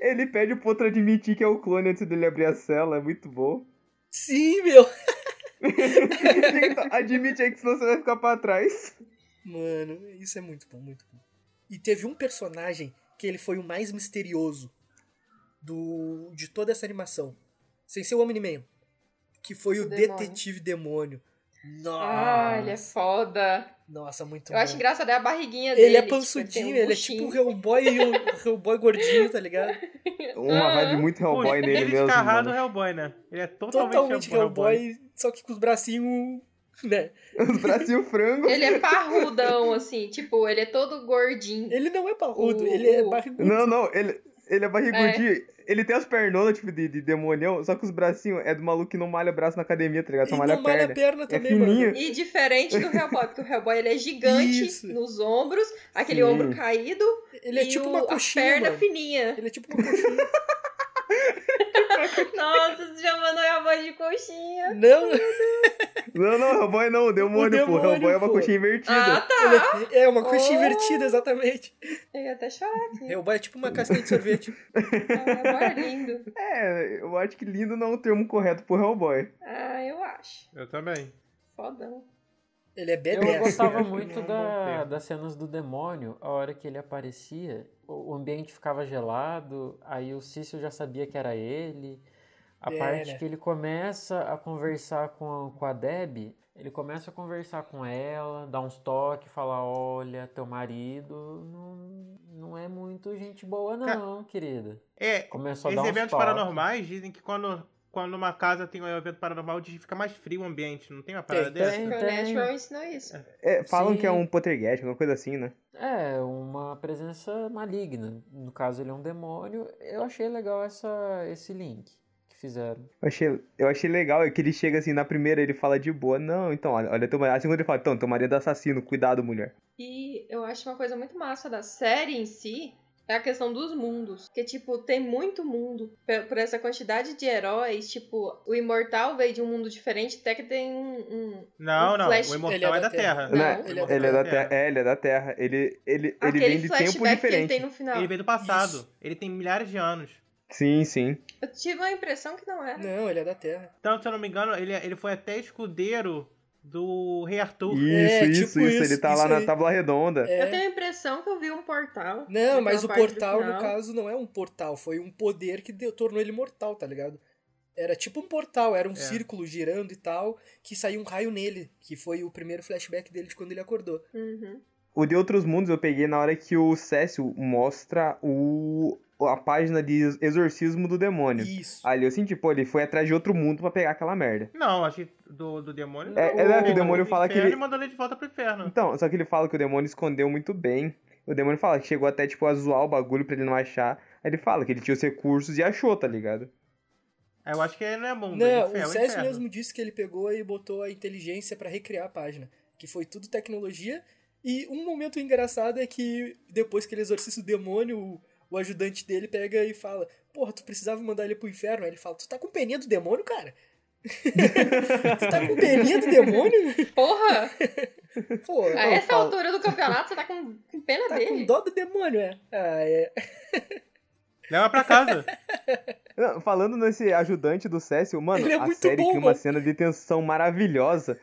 Speaker 1: Ele pede pro outro admitir que é o clone antes dele abrir a cela, é muito bom.
Speaker 3: Sim, meu.
Speaker 1: Então, Admite aí que senão você vai ficar pra trás.
Speaker 3: Mano, isso é muito bom, muito bom. E teve um personagem que ele foi o mais misterioso do de toda essa animação. Sem ser o Omni-Man. Que foi o,
Speaker 5: O demônio.
Speaker 3: Detetive Demônio. Nossa.
Speaker 5: Ah, ele é foda.
Speaker 3: Nossa, muito
Speaker 5: Eu
Speaker 3: bom.
Speaker 5: acho engraçado é a barriguinha dele.
Speaker 3: Ele é
Speaker 5: tipo, tem
Speaker 3: pansudinho,
Speaker 5: um
Speaker 3: ele é
Speaker 5: buchinho.
Speaker 3: tipo o Hellboy e o Hellboy gordinho, tá ligado?
Speaker 1: uma
Speaker 5: Ah.
Speaker 1: vibe muito Hellboy
Speaker 2: Puxa,
Speaker 1: nele
Speaker 2: ele
Speaker 1: mesmo.
Speaker 2: descarrado
Speaker 1: mano.
Speaker 2: é Hellboy, né? Ele é totalmente,
Speaker 3: Totalmente
Speaker 2: Hellboy.
Speaker 3: Hellboy, só que com os bracinhos, né?
Speaker 1: Os bracinhos frango.
Speaker 5: Ele é parrudão, assim, tipo, ele é todo gordinho.
Speaker 3: Ele não é parrudo,
Speaker 5: O-
Speaker 3: ele é
Speaker 5: o-
Speaker 3: barrigudo.
Speaker 1: Não, não, ele, ele é barrigudinho. Ele tem as pernonas, tipo, de, de demonião, só que os bracinhos é do maluco que não malha braço na academia, tá ligado? Só
Speaker 3: E
Speaker 1: malha
Speaker 3: não
Speaker 1: a
Speaker 3: malha a
Speaker 1: perna.
Speaker 3: perna
Speaker 1: É
Speaker 3: também, mano.
Speaker 1: fininho.
Speaker 5: E diferente do Hellboy, porque o Hellboy ele é gigante
Speaker 3: Isso.
Speaker 5: nos ombros, aquele
Speaker 1: Sim.
Speaker 5: ombro caído.
Speaker 3: Ele é
Speaker 5: e
Speaker 3: tipo
Speaker 5: o-
Speaker 3: uma
Speaker 5: A
Speaker 3: coxinha,
Speaker 5: perna
Speaker 3: mano.
Speaker 5: fininha.
Speaker 3: Ele é tipo uma coxinha.
Speaker 5: Nossa, chamando o Hellboy de coxinha.
Speaker 3: Não,
Speaker 1: Não, não, Hellboy não, demônio, pô.
Speaker 3: demônio,
Speaker 1: Hellboy é uma
Speaker 3: pô.
Speaker 1: coxinha invertida.
Speaker 5: Ah, tá.
Speaker 3: ele é uma coxinha
Speaker 5: Oh.
Speaker 3: invertida, exatamente.
Speaker 5: Eu ia até chorar.
Speaker 3: Hellboy é tipo uma casquinha de sorvete.
Speaker 5: O Hellboy é lindo.
Speaker 1: É, eu acho que lindo não é o termo correto pro Hellboy.
Speaker 5: Ah, eu acho.
Speaker 2: Eu também.
Speaker 5: Fodão.
Speaker 3: Ele é
Speaker 4: Eu
Speaker 3: badass.
Speaker 4: gostava
Speaker 2: É
Speaker 4: muito
Speaker 2: um bom
Speaker 4: da,
Speaker 2: termo.
Speaker 4: das cenas do demônio, a hora que ele aparecia, o o ambiente ficava gelado, aí o Cício já sabia que era ele. A
Speaker 3: É,
Speaker 4: parte
Speaker 3: né?
Speaker 4: que ele começa a conversar com, com a Deb, ele começa a conversar com ela, dá uns toques, fala: Olha, teu marido não, não é muito gente boa,
Speaker 2: Ca-
Speaker 4: não, querida.
Speaker 2: É,
Speaker 4: Começou a dar
Speaker 2: esses
Speaker 4: uns
Speaker 2: eventos
Speaker 4: toques.
Speaker 2: paranormais dizem que quando, quando uma casa tem um evento paranormal, diz que fica mais frio o ambiente. Não tem uma parada
Speaker 3: Tem,
Speaker 2: dessa?
Speaker 4: tem.
Speaker 5: Supernatural ensinou isso.
Speaker 1: É, falam
Speaker 4: Sim.
Speaker 1: que é um poltergeist, alguma coisa assim, né?
Speaker 4: É, uma presença maligna. No caso, ele é um demônio. Eu achei legal essa, esse link que fizeram.
Speaker 1: Eu achei, eu achei legal é que ele chega assim, na primeira ele fala de boa, não, então, olha, olha teu marido. A segunda ele fala, então, teu marido é assassino, cuidado, mulher.
Speaker 5: E eu acho uma coisa muito massa da série em si é a questão dos mundos. Que, tipo, tem muito mundo. Pe- Por essa quantidade de heróis, tipo, o Imortal veio de um mundo diferente, até que tem um. um-
Speaker 2: Não,
Speaker 5: O
Speaker 2: não.
Speaker 5: Flash-
Speaker 2: o
Speaker 3: ele
Speaker 2: Imortal
Speaker 3: é
Speaker 2: é
Speaker 3: da
Speaker 2: da Terra.
Speaker 5: Não,
Speaker 1: Né?
Speaker 2: O
Speaker 3: ele é-
Speaker 2: Imortal
Speaker 1: Ele é da Terra. É, ele é da Terra. Ele, ele, ele
Speaker 5: aquele
Speaker 1: vem de
Speaker 5: flashback
Speaker 1: tempo diferente.
Speaker 5: que ele tem no final.
Speaker 2: Ele veio do passado.
Speaker 3: Isso.
Speaker 2: Ele tem milhares de anos.
Speaker 1: Sim, sim.
Speaker 5: Eu tive a impressão que não era.
Speaker 3: Não, ele é da Terra.
Speaker 2: Tanto, Então, se eu não me engano, ele, é, ele foi até escudeiro do Rei Arthur.
Speaker 1: Isso,
Speaker 3: É,
Speaker 1: isso,
Speaker 3: tipo
Speaker 1: isso,
Speaker 3: isso,
Speaker 1: Ele tá
Speaker 3: isso
Speaker 1: lá
Speaker 3: aí.
Speaker 1: na tábua redonda.
Speaker 5: Eu
Speaker 3: É.
Speaker 5: tenho a impressão que eu vi um portal.
Speaker 3: Não, mas o
Speaker 5: naquela parte do
Speaker 3: portal, no
Speaker 5: final.
Speaker 3: caso, não é um portal. Foi um poder que deu- tornou ele mortal, tá ligado? Era tipo um portal, era um
Speaker 2: É.
Speaker 3: círculo girando e tal, que saiu um raio nele, que foi o primeiro flashback dele de quando ele acordou.
Speaker 5: Uhum.
Speaker 1: O de outros mundos eu peguei na hora que o Cécio mostra o a página de exorcismo do demônio.
Speaker 3: Isso.
Speaker 1: Ali eu senti, pô, ele foi atrás de outro mundo pra pegar aquela merda.
Speaker 2: Não, acho que do, do demônio.
Speaker 1: É- é, né, que o demônio fala que
Speaker 2: inferno
Speaker 1: ele-
Speaker 2: e mandou ele de volta pro
Speaker 3: Ah.
Speaker 2: inferno.
Speaker 1: Então, só que ele fala que o demônio escondeu muito bem. O demônio fala que chegou até, tipo, a zoar o bagulho pra ele não achar. Aí ele fala que ele tinha os recursos e achou, tá ligado?
Speaker 2: Ah, Eu acho que ele não é mundo. é
Speaker 3: Não,
Speaker 2: inferno,
Speaker 3: o
Speaker 2: é
Speaker 3: César
Speaker 2: inferno.
Speaker 3: mesmo disse que ele pegou e botou a inteligência pra recriar a página, que foi tudo tecnologia. E um momento engraçado é que depois que ele exorciza o demônio, o, o ajudante dele pega e fala: Porra, tu precisava mandar ele pro inferno. Aí ele fala: Tu tá com peninha do demônio, cara? tu tá com peninha do demônio?
Speaker 5: Porra!
Speaker 3: Pô,
Speaker 5: A essa
Speaker 1: falo-
Speaker 5: altura do campeonato, você tá com, com pena
Speaker 3: tá com
Speaker 5: dele.
Speaker 3: dó do demônio, é. Ah, é.
Speaker 2: Leva pra casa.
Speaker 1: Não, Falando nesse ajudante do Cécio, mano,
Speaker 3: Ele é
Speaker 1: a
Speaker 3: muito
Speaker 1: série
Speaker 3: bom,
Speaker 1: cria uma
Speaker 3: mano.
Speaker 1: cena de tensão maravilhosa.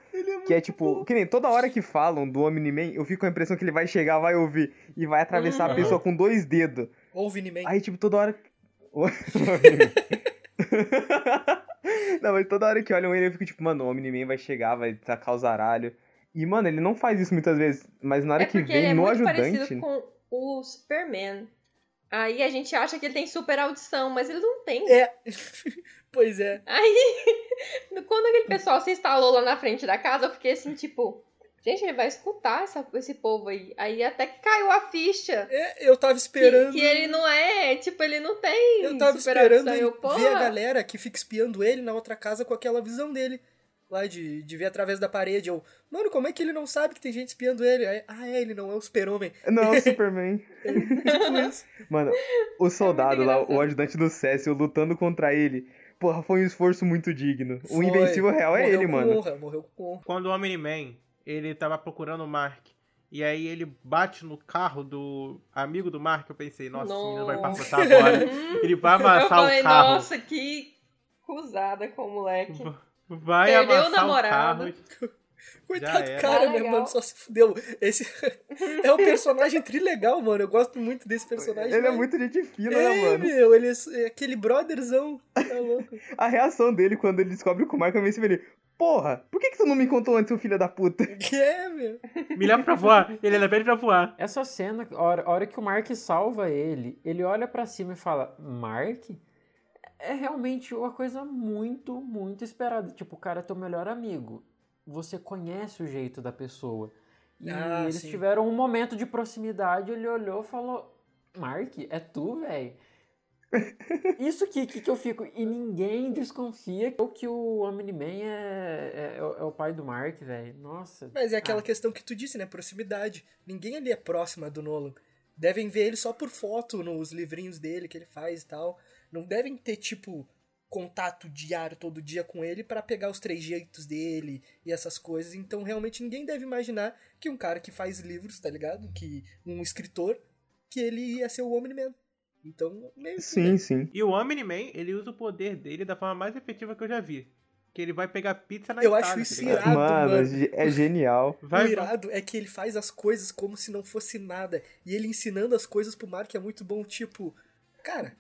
Speaker 1: que é tipo, que nem toda hora que falam do Omni-Man, eu fico com a impressão que ele vai chegar, vai ouvir e vai atravessar a
Speaker 5: Uhum.
Speaker 1: pessoa com dois dedos.
Speaker 3: Ouve Niman.
Speaker 1: Aí, tipo, toda hora. não, mas toda hora que olham ele, eu fico tipo, mano, o Omni-Man vai chegar, vai tacar os aralhos. E, mano, ele não faz isso muitas vezes, mas na hora
Speaker 5: É
Speaker 1: que
Speaker 5: porque ele
Speaker 1: vem
Speaker 5: é
Speaker 1: no
Speaker 5: muito
Speaker 1: ajudante.
Speaker 5: parecido com o Superman. Aí a gente acha que ele tem super audição, mas ele não tem.
Speaker 3: É. pois é.
Speaker 5: Aí, quando aquele pessoal se instalou lá na frente da casa, eu fiquei assim, tipo, gente, ele vai escutar essa- esse povo aí. Aí até que caiu a ficha.
Speaker 3: É, eu tava
Speaker 5: Que,
Speaker 3: esperando.
Speaker 5: que ele não é, tipo, ele não tem
Speaker 3: Eu tava
Speaker 5: super
Speaker 3: esperando
Speaker 5: audição. Eu,
Speaker 3: ver a
Speaker 5: porra,
Speaker 3: galera que fica espiando ele na outra casa com aquela visão dele. Lá de, de ver através da parede. Eu, mano, como é que ele não sabe que tem gente espiando ele? Aí, ah, é, ele não é o super-homem.
Speaker 1: Não, Superman.
Speaker 3: Tipo isso.
Speaker 1: Mano, o soldado lá,
Speaker 5: engraçado.
Speaker 1: o ajudante do Cécio, lutando contra ele. Porra, foi um esforço muito digno. O
Speaker 3: Foi.
Speaker 1: invencível real é
Speaker 3: morreu
Speaker 1: ele,
Speaker 3: com um
Speaker 1: mano.
Speaker 3: honra, morreu com honra.
Speaker 2: Quando o Omni-Man, ele tava procurando o Mark. E aí ele bate no carro do amigo do Mark. Eu pensei, nossa, esse menino vai
Speaker 5: Nossa.
Speaker 2: passar agora.
Speaker 5: hum,
Speaker 2: Ele vai
Speaker 5: eu
Speaker 2: amassar
Speaker 5: falei,
Speaker 2: o carro.
Speaker 5: nossa, que cusada com o moleque.
Speaker 2: Vai
Speaker 5: Perdeu o
Speaker 2: amassar o
Speaker 5: namorado.
Speaker 2: carro.
Speaker 3: Coitado do
Speaker 2: era.
Speaker 3: cara, né,
Speaker 5: Legal.
Speaker 3: mano? Só se fudeu. Esse é um personagem trilegal, mano. Eu gosto muito desse personagem.
Speaker 1: Ele é
Speaker 3: mas-
Speaker 1: muito gente fina,
Speaker 3: É,
Speaker 1: né, mano?
Speaker 3: meu, ele é s- é aquele brotherzão. Tá louco.
Speaker 1: A reação dele quando ele descobre que o Marco é invencível, ele... Porra, por que, que tu não me contou antes, seu filho da puta?
Speaker 3: Que é, meu?
Speaker 2: Me leva pra voar. Ele é leva ele pra voar.
Speaker 4: Essa cena, a hora, a hora que o Mark salva ele, ele olha pra cima e fala, Mark? É realmente uma coisa muito, muito esperada. Tipo, o cara é teu melhor amigo. Você conhece o jeito da pessoa. E
Speaker 3: Ah,
Speaker 4: eles
Speaker 3: sim.
Speaker 4: tiveram um momento de proximidade, ele olhou e falou, Mark, é tu, véi? Isso que, que, que eu fico. E ninguém desconfia que o- que o Omni-Man é, é, é o- é o pai do Mark, velho. Nossa.
Speaker 3: Mas é aquela
Speaker 4: Ah.
Speaker 3: questão que tu disse, né? Proximidade. Ninguém ali é próximo do Nolan. Devem ver ele só por foto nos livrinhos dele que ele faz e tal. Não devem ter, tipo, contato diário todo dia com ele pra pegar os trejeitos dele e essas coisas. Então, realmente, ninguém deve imaginar que um cara que faz livros, tá ligado? Que um escritor, que ele ia ser o homem mesmo. Então, meio que, né?
Speaker 1: Sim, sim.
Speaker 2: E o Omni-Man, ele usa o poder dele da forma mais efetiva que eu já vi. Que ele vai pegar pizza na
Speaker 3: Eu
Speaker 2: Itália,
Speaker 3: acho
Speaker 2: tá
Speaker 3: isso
Speaker 2: ligado?
Speaker 3: irado,
Speaker 1: mano,
Speaker 3: mano.
Speaker 1: é ge- é genial.
Speaker 2: Vai,
Speaker 3: o irado é que ele faz as coisas como se não fosse nada. E ele ensinando as coisas pro Mark é muito bom, tipo, cara,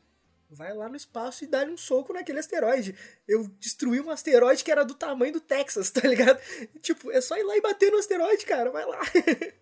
Speaker 3: vai lá no espaço e dá-lhe um soco naquele asteroide. Eu destruí um asteroide que era do tamanho do Texas, tá ligado? Tipo, é só ir lá e bater no asteroide, cara, vai lá.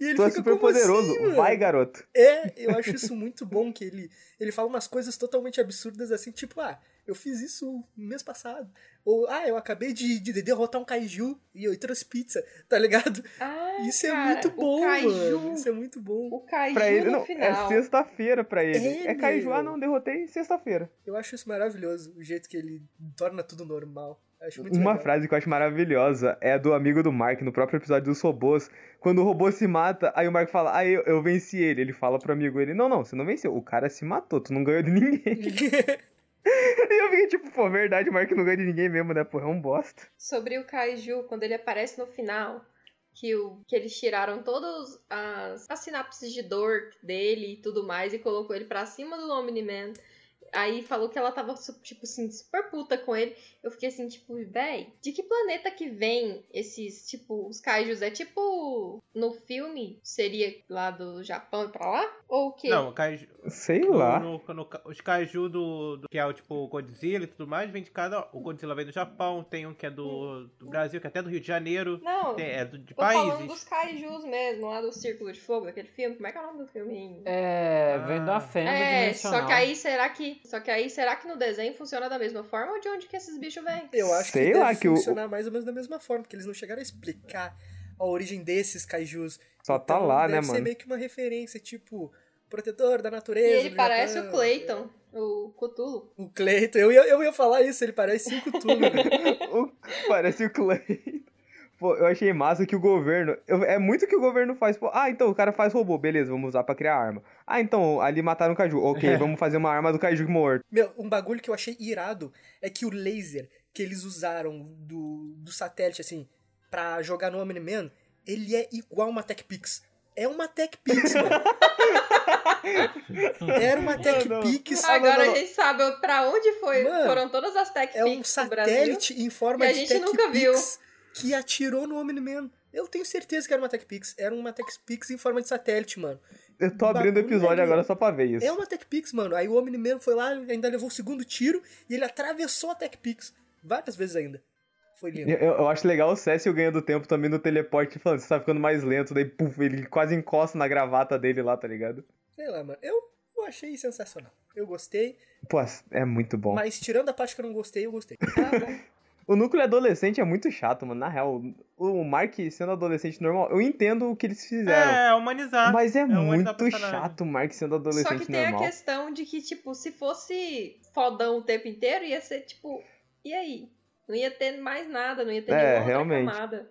Speaker 3: E ele
Speaker 1: Tu é
Speaker 3: fica
Speaker 1: super
Speaker 3: como
Speaker 1: poderoso.
Speaker 3: assim, mano?
Speaker 1: Vai, garoto.
Speaker 3: É, eu acho isso muito bom que ele, ele fala umas coisas totalmente absurdas assim, tipo, ah, eu fiz isso mês passado. Ou, ah, eu acabei de, de derrotar um kaiju e eu trouxe pizza, tá ligado?
Speaker 5: Ah,
Speaker 3: Isso é
Speaker 5: cara,
Speaker 3: muito bom,
Speaker 5: o Kaiju,
Speaker 3: mano. Isso é muito bom.
Speaker 5: O Kaiju
Speaker 1: Pra ele,
Speaker 5: no
Speaker 1: não, é
Speaker 5: final.
Speaker 1: sexta-feira pra ele.
Speaker 3: É,
Speaker 1: É Kaiju, ah,
Speaker 3: meu.
Speaker 1: não, derrotei sexta-feira.
Speaker 3: Eu acho isso maravilhoso, o jeito que ele torna tudo normal. Eu acho muito
Speaker 1: Uma
Speaker 3: legal.
Speaker 1: frase que eu acho maravilhosa é a do amigo do Mark, no próprio episódio dos robôs. Quando o robô se mata, aí o Mark fala, ah, eu, eu venci ele. Ele fala pro amigo ele, não, não, você não venceu. O cara se matou, tu não ganhou de ninguém. E eu fiquei tipo, pô, verdade, o Mark não ganha de ninguém mesmo, né? Pô, é um bosta.
Speaker 5: Sobre o Kaiju, quando ele aparece no final, que, o, que eles tiraram todas as, as sinapses de dor dele e tudo mais, e colocou ele pra cima do Omni-Man. Aí falou que ela tava, su- tipo assim, super puta com ele. Eu fiquei assim, tipo, véi, de que planeta que vem esses, tipo, os kaijus? É tipo, no filme, seria lá do Japão e pra lá? Ou o quê?
Speaker 2: Não, o Kaiju.
Speaker 1: Sei
Speaker 2: no-
Speaker 1: lá.
Speaker 2: no- no- os Kaiju do, do- Que é o tipo o Godzilla e tudo mais, vem de cada. O Godzilla vem do Japão, tem um que é do, do Brasil, que é até do Rio de Janeiro.
Speaker 5: Não,
Speaker 2: tem- é do- de
Speaker 5: tô falando
Speaker 2: países.
Speaker 5: dos kaijus mesmo, lá do Círculo de Fogo, daquele filme. Como é que é o nome do filme? em-
Speaker 4: É, vem da
Speaker 2: Ah.
Speaker 4: fenda
Speaker 5: É,
Speaker 4: dimensional.
Speaker 5: só que aí será que. Só que aí será que no desenho funciona da mesma forma ou de onde que esses bichos vêm?
Speaker 3: Eu acho
Speaker 1: Sei
Speaker 3: que
Speaker 1: lá,
Speaker 3: deve
Speaker 1: que o-
Speaker 3: funcionar mais ou menos da mesma forma, porque eles não chegaram a explicar a origem desses kaijus.
Speaker 1: Só tá
Speaker 3: Então,
Speaker 1: lá, né,
Speaker 3: deve ser
Speaker 1: mano?
Speaker 3: meio que uma referência, tipo, protetor da
Speaker 5: E
Speaker 3: natureza.
Speaker 5: ele
Speaker 3: do
Speaker 5: parece
Speaker 3: Japão.
Speaker 5: o Clayton, o Cthulhu.
Speaker 3: O Cleiton, eu ia, eu ia falar isso, ele parece cinco tudo.
Speaker 1: O- parece o Clay. Pô, eu achei massa que o governo. eu- é muito que o governo faz. Pô, ah, então o cara faz robô, beleza, vamos usar pra criar arma. Ah, então ali mataram o Caju.
Speaker 3: É.
Speaker 1: Ok, vamos fazer uma arma do Caju morto.
Speaker 3: Meu, um bagulho que eu achei irado é que o laser que eles usaram do, do satélite, assim, pra jogar no Omni-Man, ele é igual uma TechPix. É uma TechPix, mano. Era uma
Speaker 1: não.
Speaker 3: TechPix.
Speaker 1: Ah, não,
Speaker 5: Agora
Speaker 1: não,
Speaker 5: a
Speaker 1: não.
Speaker 5: gente sabe pra onde foi,
Speaker 3: Mano,
Speaker 5: foram todas as tech
Speaker 3: É um
Speaker 5: pics do Brasil.
Speaker 3: satélite em forma
Speaker 5: E a
Speaker 3: de
Speaker 5: gente nunca viu.
Speaker 3: TechPix que atirou no Omni-Man. Eu tenho certeza que era uma TechPix. Era uma TechPix em forma de satélite, mano.
Speaker 1: Eu tô abrindo o
Speaker 3: Bagulho
Speaker 1: episódio
Speaker 3: ali,
Speaker 1: agora
Speaker 3: ó.
Speaker 1: só pra ver isso.
Speaker 3: É uma TechPix, mano. Aí o Omni-Man foi lá, ainda levou o segundo tiro e ele atravessou a TechPix. Várias vezes ainda. Foi lindo.
Speaker 1: Eu, eu acho legal o Cécio ganhando tempo também no teleporte, falando, você tá ficando mais lento, daí puf, ele quase encosta na gravata dele lá, tá ligado?
Speaker 3: Sei lá, mano. Eu, eu achei sensacional. Eu gostei,
Speaker 1: Pô, é muito bom.
Speaker 3: mas tirando a parte que eu não gostei, eu gostei.
Speaker 5: Ah, bom.
Speaker 1: O núcleo adolescente é muito chato, mano. Na real, o Mark sendo adolescente normal, eu entendo o que eles fizeram.
Speaker 2: É, humanizar.
Speaker 1: Mas é,
Speaker 2: um anjo da
Speaker 1: muito
Speaker 2: personagem.
Speaker 1: chato o Mark sendo
Speaker 5: Só
Speaker 1: adolescente
Speaker 5: que é tem
Speaker 1: normal.
Speaker 5: a questão de que, tipo, se fosse fodão o tempo inteiro, ia ser, tipo, e aí? Não ia ter mais nada, não ia ter
Speaker 1: É,
Speaker 5: nenhuma
Speaker 1: realmente.
Speaker 5: outra camada.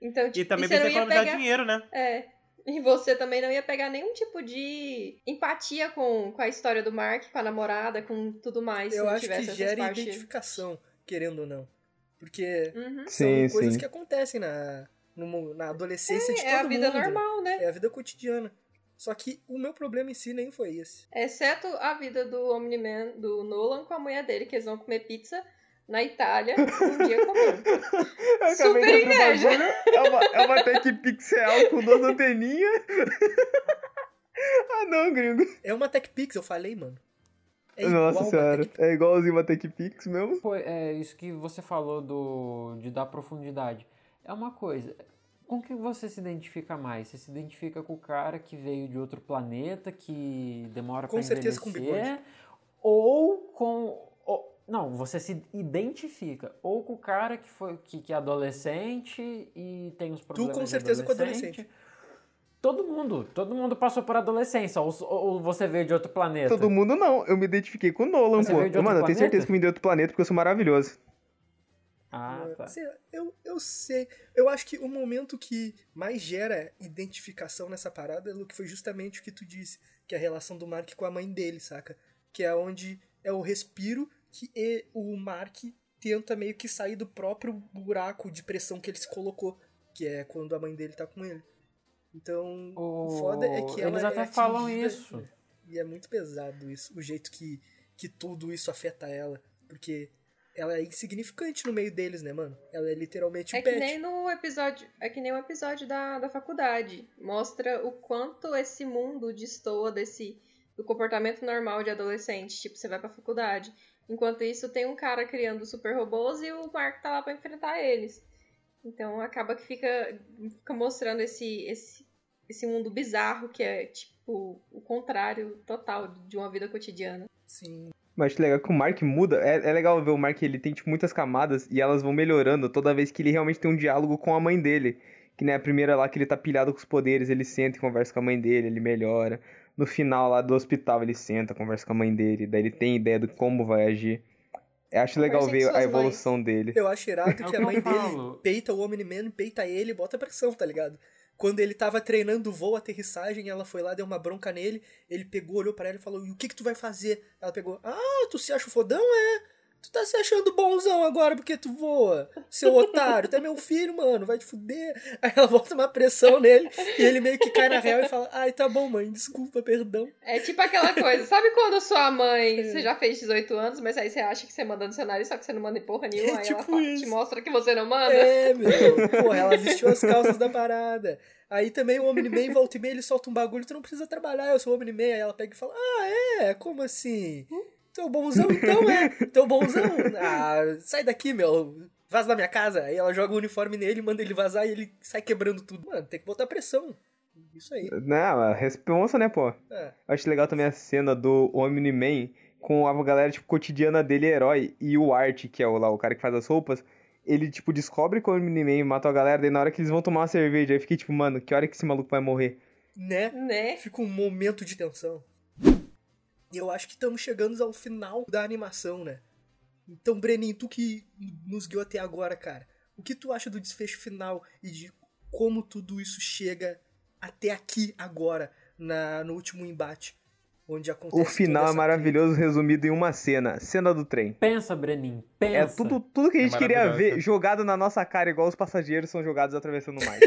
Speaker 5: Então, tipo,
Speaker 2: E também
Speaker 5: você
Speaker 2: precisa
Speaker 5: não ia
Speaker 2: economizar
Speaker 5: pegar...
Speaker 2: dinheiro, né?
Speaker 5: É. E você também não ia pegar nenhum tipo de empatia com, com a história do Mark, com a namorada, com tudo mais. se
Speaker 3: eu
Speaker 5: não
Speaker 3: acho que
Speaker 5: tivesse essas
Speaker 3: gera
Speaker 5: partes.
Speaker 3: identificação, querendo ou não. Porque
Speaker 5: Uhum.
Speaker 1: Sim,
Speaker 3: são coisas
Speaker 1: sim.
Speaker 3: que acontecem na, no mu- na adolescência de todo
Speaker 5: É a vida
Speaker 3: mundo.
Speaker 5: normal, né?
Speaker 3: É a vida cotidiana. Só que o meu problema em si nem foi esse.
Speaker 5: Exceto a vida do Omni-Man, do Nolan com a mulher dele, que eles vão comer pizza na Itália um dia comum.
Speaker 1: Eu acabei
Speaker 5: Super
Speaker 1: de abrir o
Speaker 5: inveja.
Speaker 1: bagulho, É uma, é uma tech pixel com duas anteninhas. ah não, gringo.
Speaker 3: É uma TechPix, eu falei, mano. É igual
Speaker 1: Nossa
Speaker 3: o
Speaker 1: senhora,
Speaker 3: Batek-
Speaker 1: é igualzinho uma Take Pix mesmo?
Speaker 4: Foi, é, isso que você falou do, de dar profundidade. É uma coisa. Com que você se identifica mais? Você se identifica com o cara que veio de outro planeta, que demora
Speaker 3: Com
Speaker 4: pra
Speaker 3: certeza com
Speaker 4: envelhecer? ou com. ou- não, você se identifica. Ou com o cara que, foi, que, que é adolescente e tem os problemas.
Speaker 3: com
Speaker 4: de
Speaker 3: certeza com adolescente.
Speaker 4: Todo mundo, todo mundo passou por adolescência, ou, ou você veio de outro planeta.
Speaker 1: Todo mundo não, eu me identifiquei com o Nolan,
Speaker 4: Você
Speaker 1: pô.
Speaker 4: veio de outro
Speaker 1: Mano, eu tenho
Speaker 4: planeta?
Speaker 1: certeza que me deu outro planeta porque eu sou maravilhoso.
Speaker 4: Ah, tá.
Speaker 3: Sei lá, né? Eu, eu sei. Eu acho que o momento que mais gera identificação nessa parada, Luke, foi justamente o que tu disse, que é a relação do Mark com a mãe dele, saca? Que é onde é o respiro que e- o Mark tenta meio que sair do próprio buraco de pressão que ele se colocou, que é quando a mãe dele tá com ele. Então, o foda é que ela
Speaker 4: Eles
Speaker 3: é
Speaker 4: até falam
Speaker 3: atingida-
Speaker 4: isso.
Speaker 3: E é muito pesado isso, o jeito que, que tudo isso afeta ela. Porque ela é insignificante no meio deles, né, mano? Ela é literalmente um
Speaker 5: É que
Speaker 3: pet.
Speaker 5: nem no episódio, é que nem um episódio da, da faculdade. Mostra o quanto esse mundo destoa desse do comportamento normal de adolescente. Tipo, você vai pra faculdade. Enquanto isso, tem um cara criando super robôs e o Mark tá lá pra enfrentar eles. Então acaba que fica, fica mostrando esse, esse, esse mundo bizarro que é tipo o contrário total de uma vida cotidiana.
Speaker 3: Sim.
Speaker 1: Mas acho legal que o Mark muda. É, é legal ver o Mark, ele tem tipo, muitas camadas e elas vão melhorando toda vez que ele realmente tem um diálogo com a mãe dele. Que nem a primeira lá que ele tá pilhado com os poderes, ele senta e conversa com a mãe dele, ele melhora. No final lá do hospital, ele senta, conversa com a mãe dele, daí ele tem ideia de como vai agir. Eu acho legal
Speaker 5: Conversem
Speaker 1: ver
Speaker 5: com
Speaker 1: a
Speaker 5: suas
Speaker 1: evolução dele.
Speaker 3: Eu acho irado
Speaker 4: É o
Speaker 3: que a
Speaker 4: que eu
Speaker 3: mãe
Speaker 4: falo.
Speaker 3: dele peita o Omni-Man, peita ele e bota pressão, tá ligado? Quando ele tava treinando o voo, a aterrissagem, ela foi lá, deu uma bronca nele, ele pegou, olhou pra ela e falou, e o que que tu vai fazer? Ela pegou, ah, tu se acha fodão, é? Tu tá se achando bonzão agora porque tu voa, seu otário, tu é meu filho, mano, vai te fuder. Aí ela bota uma pressão nele e ele meio que cai na real e fala, ai, tá bom, mãe, desculpa, perdão.
Speaker 5: É tipo aquela coisa, sabe quando sua
Speaker 2: É.
Speaker 5: mãe, você já fez 18 anos, mas aí você acha que você manda no cenário, só que você não manda em porra nenhuma,
Speaker 3: É
Speaker 5: aí ela
Speaker 3: tipo
Speaker 5: fa- te
Speaker 3: isso.
Speaker 5: mostra que você não manda.
Speaker 3: É, meu. Porra, ela vestiu as calças da parada. Aí também o Omni-Man volta e meia, ele solta um bagulho, tu não precisa trabalhar, eu sou o Omni-Man. Aí ela pega e fala, ah, é? Como assim? Tu é o bonzão então, é? Tu é o bonzão? Ah, sai daqui, meu. Vaza da minha casa. Aí ela joga o uniforme nele, manda ele vazar e ele sai quebrando tudo. Mano, tem que botar pressão. Isso aí.
Speaker 1: Não, a responsa, né, pô?
Speaker 3: É.
Speaker 1: Acho legal também a cena do Omni-Man com a galera, tipo, cotidiana dele, herói, e o Art, que é o, lá, o cara que faz as roupas, ele, tipo, descobre que o Omni-Man matou a galera, daí na hora que eles vão tomar uma cerveja, aí fiquei tipo, mano, que hora que esse maluco vai morrer?
Speaker 3: Né?
Speaker 5: Né?
Speaker 3: Fica um momento de tensão. E eu acho que estamos chegando ao final da animação, né? Então, Breninho, tu que nos guiou até agora, cara, o que tu acha do desfecho final e de como tudo isso chega até aqui agora, na, no último embate, onde acontece.
Speaker 1: O final
Speaker 3: toda
Speaker 1: é
Speaker 3: essa
Speaker 1: maravilhoso, resumido em uma cena, cena do trem.
Speaker 4: Pensa, Brenin, pensa.
Speaker 1: É tudo, tudo que a
Speaker 2: É
Speaker 1: gente queria
Speaker 2: maravilhoso.
Speaker 1: ver jogado na nossa cara, igual os passageiros são jogados atravessando o mar.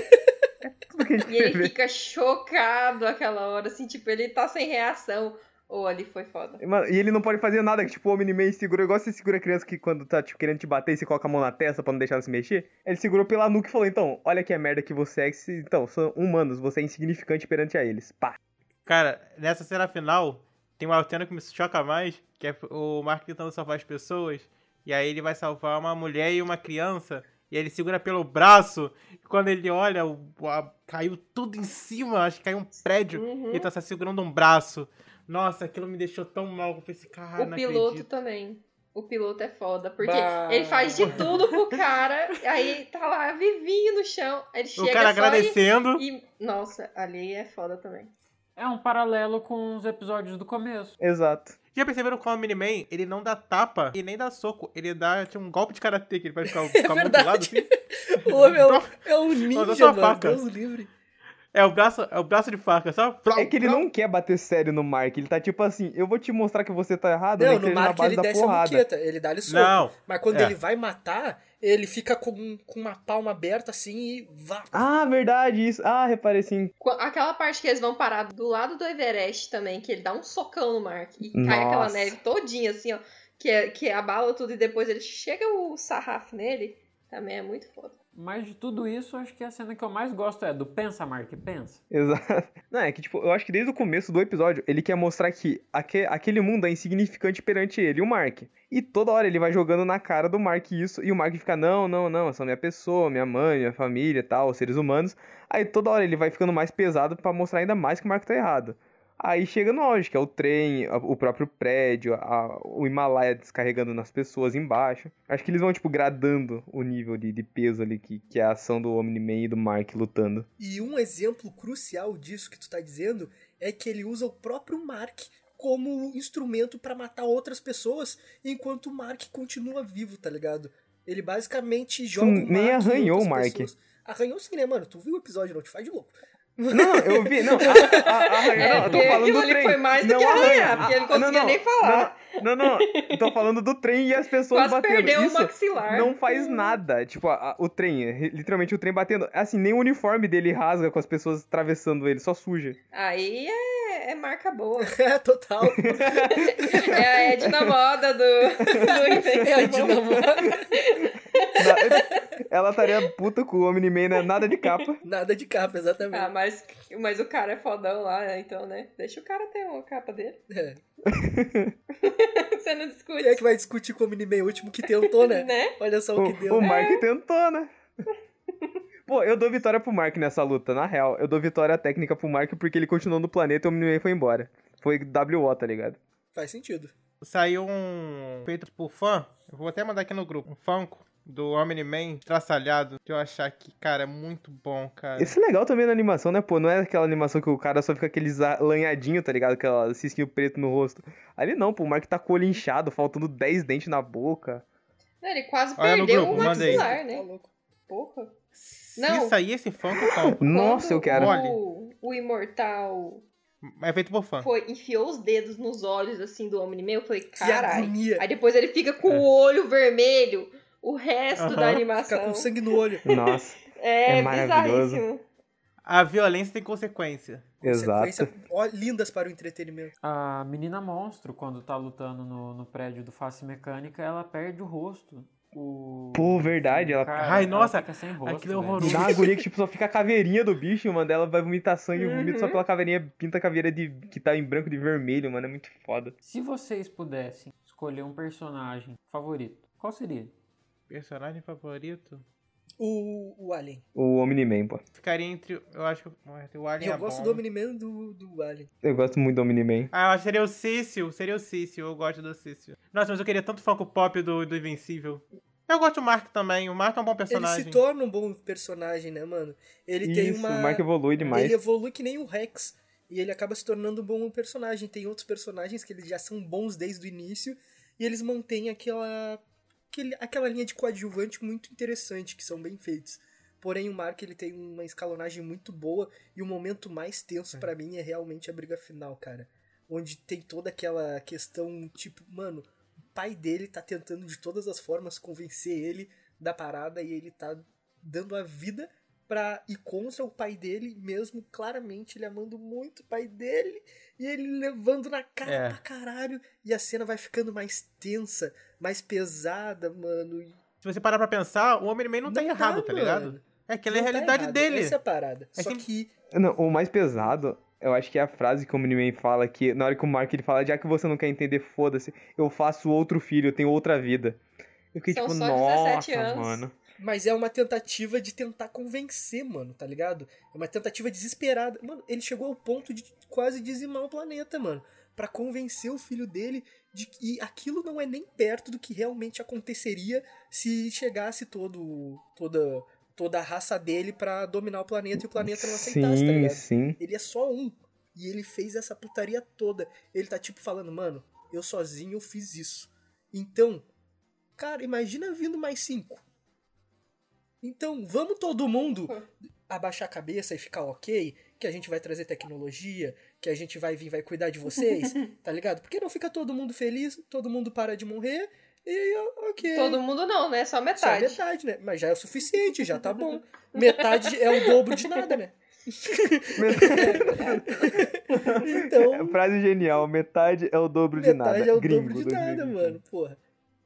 Speaker 1: É tudo que a gente
Speaker 5: E
Speaker 1: queria
Speaker 5: ele
Speaker 1: ver.
Speaker 5: fica chocado aquela hora, assim, tipo, ele tá sem reação. Ou ali foi foda.
Speaker 1: Mano, e ele não pode fazer nada, que tipo, o Omni-Man segura, igual você segura a criança que quando tá tipo, querendo te bater, você coloca a mão na testa pra não deixar ela se mexer. Ele segurou pela nuca e falou, então, olha que a merda que você é, que se- então, são humanos, você é insignificante perante a eles. Pá.
Speaker 2: Cara, nessa cena final, tem uma cena que me choca mais, que é o Mark tentando salvar as pessoas, e aí ele vai salvar uma mulher e uma criança, e ele segura pelo braço, e quando ele olha, o- a- caiu tudo em cima, acho que caiu um prédio, e
Speaker 5: Uhum.
Speaker 2: ele tá só segurando um braço. Nossa, aquilo me deixou tão mal, eu pensei, cara,
Speaker 5: o
Speaker 2: ah, não
Speaker 5: piloto
Speaker 2: acredito.
Speaker 5: também. O piloto é foda, porque
Speaker 3: Bah.
Speaker 5: ele faz de tudo pro cara, aí tá lá vivinho no chão, aí ele chega
Speaker 2: O cara
Speaker 5: só e-
Speaker 2: agradecendo.
Speaker 5: e... Nossa, ali é foda também.
Speaker 4: É um paralelo com os episódios do começo.
Speaker 1: Exato.
Speaker 2: Já perceberam como o Miniman, ele não dá tapa e nem dá soco, ele dá tipo, um golpe de karatê, que ele vai ficar com a mão do lado,
Speaker 3: É verdade.
Speaker 2: assim.
Speaker 3: treta. O homem é um- é um
Speaker 2: Mandou
Speaker 3: ninja,
Speaker 2: sua
Speaker 3: mano.
Speaker 2: faca.
Speaker 3: Deus livre.
Speaker 2: É o braço, é o braço de faca, sabe?
Speaker 1: É que ele não quer bater sério no Mark, ele tá tipo assim, eu vou te mostrar que você tá errado,
Speaker 3: Não,
Speaker 1: nem que
Speaker 3: no
Speaker 1: seja na
Speaker 3: Mark
Speaker 1: base
Speaker 3: ele
Speaker 1: da
Speaker 3: desce um a
Speaker 1: porrada.
Speaker 3: buqueta, ele dá-lhe soco.
Speaker 2: Não,
Speaker 3: Mas quando
Speaker 2: É.
Speaker 3: ele vai matar, ele fica com, com uma palma aberta assim e vá.
Speaker 1: Ah, verdade, isso. Ah, reparei sim.
Speaker 5: Qu- Aquela parte que eles vão parar do lado do Everest também, que ele dá um socão no Mark e cai aquela
Speaker 1: Nossa.
Speaker 5: neve todinha, assim, ó, que, é- que abala tudo e depois ele chega o sarrafo nele, também é muito foda.
Speaker 4: Mas de tudo isso, acho que a cena que eu mais gosto é do Pensa, Mark, pensa.
Speaker 1: Exato. Não, é que, tipo, eu acho que desde o começo do episódio, ele quer mostrar que aque- aquele mundo é insignificante perante ele, o Mark. E toda hora ele vai jogando na cara do Mark isso, e o Mark fica, não, não, não, são minha pessoa, minha mãe, minha família, tal, os seres humanos. Aí toda hora ele vai ficando mais pesado pra mostrar ainda mais que o Mark tá errado. Aí chega no auge, que é o trem, a- o próprio prédio, a- o Himalaia descarregando nas pessoas embaixo. Acho que eles vão, tipo, gradando o nível de, de peso ali, que, que é a ação do Omni-Man e do Mark lutando.
Speaker 3: E um exemplo crucial disso que tu tá dizendo é que ele usa o próprio Mark como instrumento pra matar outras pessoas, enquanto o Mark continua vivo, tá ligado? Ele basicamente joga o Mark
Speaker 1: nem
Speaker 3: em
Speaker 1: arranhou
Speaker 3: outras
Speaker 1: o Mark.
Speaker 3: pessoas. Arranhou sim, né, mano? Tu viu o episódio, não te faz de louco.
Speaker 1: Não, eu vi, não, a, a, a,
Speaker 5: É,
Speaker 1: não, eu
Speaker 5: porque
Speaker 1: tô falando
Speaker 5: aquilo
Speaker 1: do
Speaker 5: ali
Speaker 1: trem.
Speaker 5: foi mais do
Speaker 1: não
Speaker 5: que arranhar,
Speaker 1: arranha.
Speaker 5: porque ele não
Speaker 1: Ah,
Speaker 5: conseguia nem falar.
Speaker 1: Não, não, eu tô falando do trem e as pessoas
Speaker 5: Quase
Speaker 1: batendo.
Speaker 5: perdeu
Speaker 1: Isso
Speaker 5: o maxilar.
Speaker 1: não faz nada. Tipo, a- a- o trem, é, literalmente o trem batendo. Assim, nem o uniforme dele rasga com as pessoas atravessando ele, só suja.
Speaker 5: Aí é, é marca boa.
Speaker 3: É, total.
Speaker 5: É a Edna Moda do, do Invencível.
Speaker 3: É a Dinamarca.
Speaker 1: Na- ela estaria puta com o Omni-Man, né? nada de capa.
Speaker 3: Nada de capa,
Speaker 5: Ah,
Speaker 3: exatamente.
Speaker 5: mas, mas o cara é fodão lá, né? então, né? Deixa o cara ter uma capa dele.
Speaker 3: É.
Speaker 5: Você não discute,
Speaker 3: Quem é que vai discutir com o Miniman, o último que tentou, né?
Speaker 5: né?
Speaker 3: Olha só o que
Speaker 1: O,
Speaker 3: deu.
Speaker 1: o Mark tentou, né? Pô, eu dou vitória pro Mark nessa luta, na real. Eu dou vitória técnica pro Mark porque ele continuou no planeta e o Omni-Man foi embora. Foi WO, tá ligado?
Speaker 3: Faz sentido.
Speaker 2: Saiu um feito por fã. Eu vou até mandar aqui no grupo. Um Funko do Omni-Man traçalhado. Que eu achar que, cara, é muito bom, cara.
Speaker 1: Isso é legal também na animação, né, pô? Não é aquela animação que o cara só fica aqueles alanhadinhos, tá ligado? Aquela cisquinho preto no rosto. Ali não, pô, o Mark tá com o olho inchado, faltando 10 dentes na boca.
Speaker 5: Não, ele quase
Speaker 2: Olha no
Speaker 5: perdeu
Speaker 2: grupo,
Speaker 5: o
Speaker 2: manda aí.
Speaker 5: maxilar,
Speaker 3: Tá
Speaker 5: né?
Speaker 3: louco.
Speaker 5: Porra.
Speaker 2: Se
Speaker 5: Não.
Speaker 2: sair esse Funko, eu compro.
Speaker 1: Nossa,
Speaker 5: Quando
Speaker 1: eu quero.
Speaker 2: Olha.
Speaker 5: O, o imortal
Speaker 2: É feito por fã.
Speaker 5: foi, enfiou os dedos nos olhos, assim, do Omni-Man, eu falei,
Speaker 3: Que
Speaker 5: caralho.
Speaker 3: agonia.
Speaker 5: Aí depois ele fica com o olho vermelho, o resto
Speaker 2: É.
Speaker 5: da
Speaker 2: Aham.
Speaker 3: Ficar
Speaker 5: animação.
Speaker 3: com sangue no olho.
Speaker 1: Nossa,
Speaker 5: É,
Speaker 1: É maravilhoso.
Speaker 5: bizarríssimo.
Speaker 2: A violência tem consequência.
Speaker 1: exato.
Speaker 3: Sequência, ó, lindas para o entretenimento.
Speaker 4: A menina monstro, quando tá lutando no, no prédio do Face Mecânica, ela perde o rosto. O...
Speaker 1: Pô, verdade, ela-
Speaker 2: Ai, nossa,
Speaker 4: fica sem rosto,
Speaker 2: aquilo é
Speaker 4: velho.
Speaker 1: Me
Speaker 2: horroroso.
Speaker 1: Dá uma guria que, tipo, só fica a caveirinha do bicho, mano. Ela vai vomitar sangue,
Speaker 5: Uhum.
Speaker 1: vomita só pela caveirinha, pinta a caveira de, que tá em branco de vermelho, mano. É muito foda.
Speaker 4: Se vocês pudessem escolher um personagem favorito, qual seria?
Speaker 2: Personagem favorito?
Speaker 3: O, o Alien.
Speaker 1: O Omni-Man, pô.
Speaker 2: Ficaria entre. Eu acho que o Alien
Speaker 3: eu
Speaker 2: é
Speaker 3: gosto
Speaker 2: bom.
Speaker 3: do Omni-Man do, do Alien.
Speaker 1: Eu gosto muito do Omni-Man.
Speaker 2: Ah, eu acho que seria o Cício. Seria o Cício. Eu gosto do Cício. Nossa, mas eu queria tanto Funko Pop do, do Invencível. Eu gosto do Mark também. O Mark é um bom
Speaker 3: Ele
Speaker 2: personagem.
Speaker 3: se torna um bom personagem, né, mano? Ele tem
Speaker 1: Isso,
Speaker 3: uma.
Speaker 1: o Mark evolui demais.
Speaker 3: Ele evolui que nem o Rex. E ele acaba se tornando um bom personagem. Tem outros personagens que eles já são bons desde o início. E eles mantêm aquela. aquele- aquela linha de coadjuvante muito interessante, que são bem feitos. Porém, o Mark ele tem uma escalonagem muito boa. E o momento mais tenso pra mim é realmente a briga final, cara. Onde tem toda aquela questão, tipo, mano, o pai dele tá tentando de todas as formas convencer ele da parada e ele tá dando a vida pra ir contra o pai dele, mesmo claramente ele amando muito o pai dele e ele levando na cara
Speaker 2: É.
Speaker 3: pra caralho. E a cena vai ficando mais tensa, mais pesada, mano. e
Speaker 2: Se você parar pra pensar, o Homem-Man não, tá errado, tá
Speaker 3: mano.
Speaker 2: ligado? É que ele é a
Speaker 3: Não tá
Speaker 2: realidade
Speaker 3: errado,
Speaker 2: dele.
Speaker 3: Essa é a parada.
Speaker 2: É
Speaker 3: Só
Speaker 2: sempre-
Speaker 3: que
Speaker 1: Não, o mais pesado, eu acho que é a frase que o Omni-Man fala, que na hora que o Mark ele fala, já que você não quer entender, foda-se, eu faço outro filho, eu tenho outra vida. Eu fiquei
Speaker 5: São
Speaker 1: tipo,
Speaker 5: só
Speaker 1: nossa,
Speaker 5: 17 anos."
Speaker 1: mano.
Speaker 3: Mas é uma tentativa de tentar convencer, mano, tá ligado? É uma tentativa desesperada. Mano, ele chegou ao ponto de quase dizimar o planeta, mano. Pra convencer o filho dele de que aquilo não é nem perto do que realmente aconteceria se chegasse todo, toda, toda a raça dele pra dominar o planeta e o planeta não aceitasse, tá
Speaker 1: sim,
Speaker 3: ligado?
Speaker 1: sim.
Speaker 3: Ele é só um. E ele fez essa putaria toda. Ele tá tipo falando, mano, eu sozinho eu fiz isso. Então, cara, imagina vindo mais cinco. Então, vamos todo mundo
Speaker 5: Hum.
Speaker 3: abaixar a cabeça e ficar ok, que a gente vai trazer tecnologia, que a gente vai vir, vai cuidar de vocês, tá ligado? Porque não fica todo mundo feliz, todo mundo para de morrer e ok.
Speaker 5: Todo mundo não, né? Só
Speaker 3: Só
Speaker 5: metade.
Speaker 3: metade, né? Mas já é o suficiente, já tá bom. Metade é o dobro de nada, né? Então,
Speaker 1: É, frase genial, metade é o dobro de
Speaker 3: metade
Speaker 1: nada.
Speaker 3: é o
Speaker 1: Gringo,
Speaker 3: é dobro de
Speaker 1: 2020.
Speaker 3: nada, mano, porra.